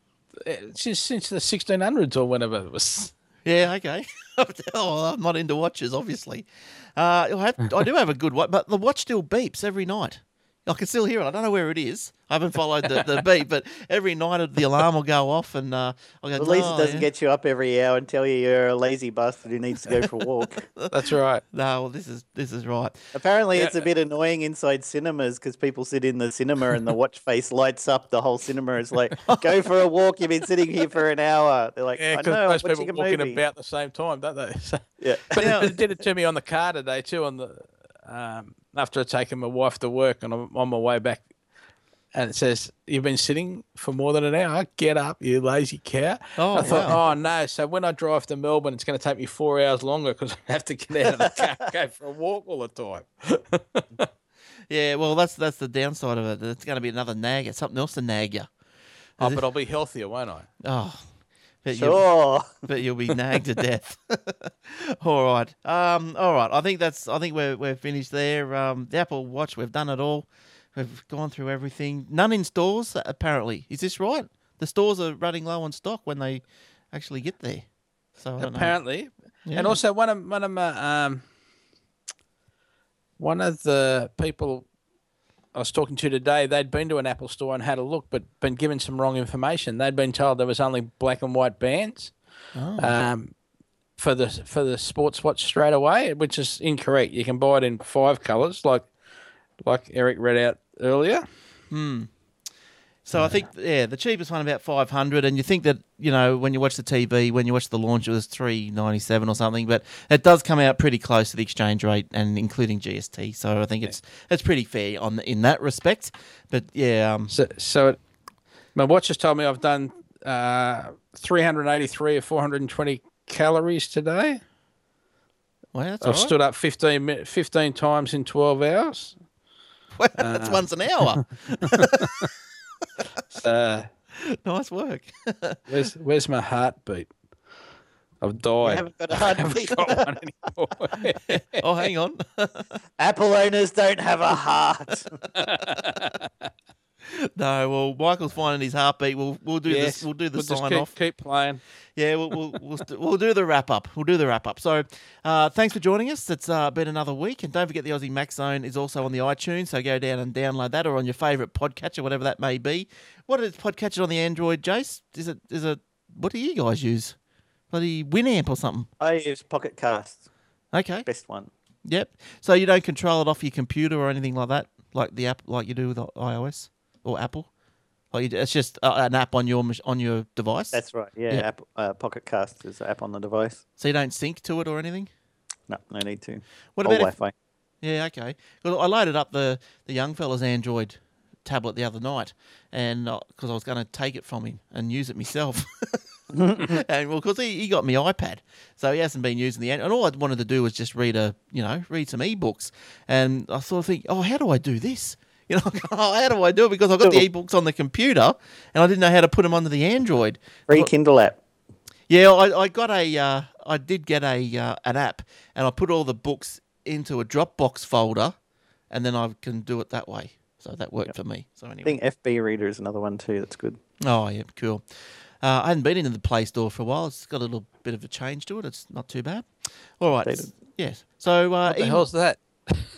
D: eh, since, since the 1600s or whenever it was.
A: Yeah, okay. oh, I'm not into watches, obviously. Uh, I, have, I do have a good watch, but the watch still beeps every night. I can still hear it. I don't know where it is. I haven't followed the, the beat, but every night the alarm will go off, and uh, I'll go.
B: At least
A: "Oh,
B: it doesn't
A: yeah."
B: get you up every hour and tell you you're a lazy bastard who needs to go for a walk.
D: That's right.
A: No, well, this is this is right.
B: Apparently, it's a bit annoying inside cinemas because people sit in the cinema and the watch face lights up the whole cinema. It's like, go for a walk. You've been sitting here for an hour. They're like,
D: Yeah,
B: I
D: because
B: know.
D: most
B: I'm
D: people
B: watching a
D: walking
B: movie.
D: about the same time, don't they? So-
B: Yeah.
D: but it, it did it to me on the car today too. On the um, after I'd taken my wife to work and I'm on my way back, and it says you've been sitting for more than an hour. Get up, you lazy cow!
A: Oh,
D: I thought,
A: wow.
D: oh no. So when I drive to Melbourne, it's going to take me four hours longer because I have to get out of the car, and go for a walk all the time.
A: Yeah, well, that's that's the downside of it. It's going to be another nag. It's something else to nag you.
D: Oh, but I'll be healthier, won't I?
A: Oh, but you-
B: Sure.
A: but you'll be nagged to death. all right, um, all right. I think that's. I think we're we're finished there. Um, the Apple Watch. We've done it all. We've gone through everything. None in stores apparently. Is this right? The stores are running low on stock when they actually get there. So I don't know.
D: apparently.
A: Yeah.
D: And also one of one of my um, one of the people I was talking to today, they'd been to an Apple store and had a look, but been given some wrong information. They'd been told there was only black and white bands
A: Oh.
D: um, for the for the sports watch straight away, which is incorrect. You can buy it in five colours, like like Eric read out earlier.
A: So I think yeah, the cheapest one about five hundred, and you think that you know when you watch the TV, when you watch the launch, it was three ninety seven or something, but it does come out pretty close to the exchange rate and including GST. So I think it's it's pretty fair on in that respect. But yeah, um,
D: So, so it, my watch has told me I've done uh, 383 or 420 calories today.
A: well, that's all
D: I've
A: right.
D: stood up 15, mi- 15 times in 12 hours.
A: Well, that's once an hour.
D: Uh,
A: nice work.
D: where's, where's my heartbeat? I've
B: I
D: died.
B: haven't got a heartbeat.
D: I haven't got one anymore.
A: oh, hang on.
B: Apple owners don't have a heart.
A: no, well, Michael's finding his heartbeat. We'll we'll do this.
D: Yes,
A: We'll do the
D: we'll just
A: sign
D: keep,
A: off.
D: Keep playing.
A: Yeah, we'll we'll, we'll, st- we'll do the wrap up. We'll do the wrap up. So, uh, thanks for joining us. It's uh, been another week, and don't forget the Aussie Max Zone is also on the iTunes. So go down and download that, or on your favourite podcatcher, whatever that may be. What is podcatcher on the Android, Jace? Is it is it what do you guys use? Bloody Winamp or something?
B: I use Pocket Cast,
A: Okay,
B: best one.
A: yep. So you don't control it off your computer or anything like that, like the app, like you do with i- iOS or Apple. Like you do, it's just uh, an app on your mach- on your device.
B: That's right. Yeah,
A: Yeah.
B: App, uh, Pocket Cast is the app on the device.
A: so you don't sync to it or anything.
B: No, no need to.
A: What
B: Or
A: about if-
B: Wi-Fi?
A: Yeah, okay. Well, I loaded up the, the young fella's Android tablet the other night, and because I was going to take it from him and use it myself. and well, because he, he got me iPad, so he hasn't been using the Android. And all I wanted to do was just read a, you know, read some ebooks. And I sort of think, oh, how do I do this? You know, oh, how do I do it? Because I got the ebooks on the computer, and I didn't know how to put them onto the Android.
B: Free Kindle app.
A: Yeah, I, I got a, uh, I did get a uh, an app, and I put all the books into a Dropbox folder, and then I can do it that way. So that worked for me. So
B: I
A: anyway,
B: think FB Reader is another one too. That's good.
A: oh yeah, cool. Uh, I hadn't been into the Play Store for a while. It's got a little bit of a change to it. It's not too bad. All right.
B: Updated.
A: Yes. So uh,
D: The
A: email-
D: hell's that?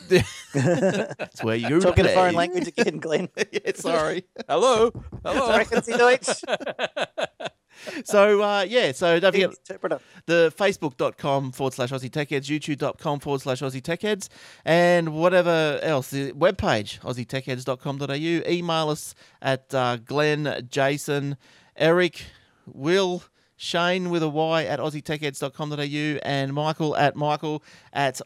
A: that's where you
B: Talking a foreign
A: play.
B: language again, Glenn.
A: yeah, sorry.
D: Hello? Hello?
B: Reckons he Deutsch.
A: so uh, yeah. So don't forget.
B: Interpreter.
A: the facebook.com forward slash Aussie Tech Heads, youtube.com forward slash Aussie Tech Heads, and whatever else, the webpage, aussietechheads.com.au. Email us at uh, Glenn, Jason, Eric, Will, Shane with a Y at aussietechheads.com.au, and Michael at Michael at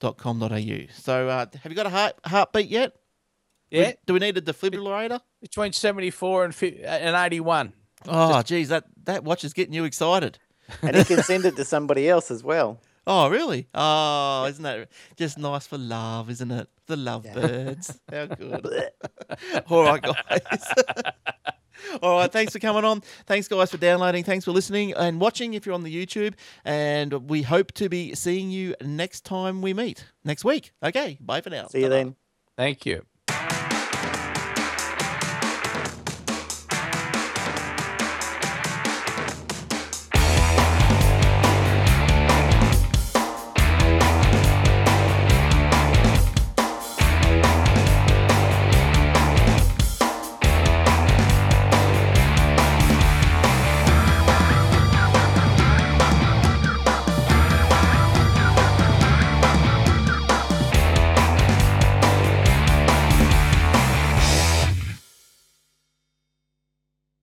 A: aussiemaxzone.com.au. So uh, have you got a heart, heartbeat yet?
D: Yeah,
A: Do we need a defibrillator?
D: between 74 and, fi- and 81.
A: Oh, geez, that, that watch is getting you excited.
B: And he can send it to somebody else as well.
A: Oh, really? Oh, isn't that just nice for love, isn't it? The lovebirds. How good. All right, guys. All right, thanks for coming on. Thanks, guys, for downloading. Thanks for listening and watching if you're on the YouTube. And we hope to be seeing you next time we meet next week. Okay, bye for now.
B: See you
A: Ta-ra.
B: then.
D: Thank you.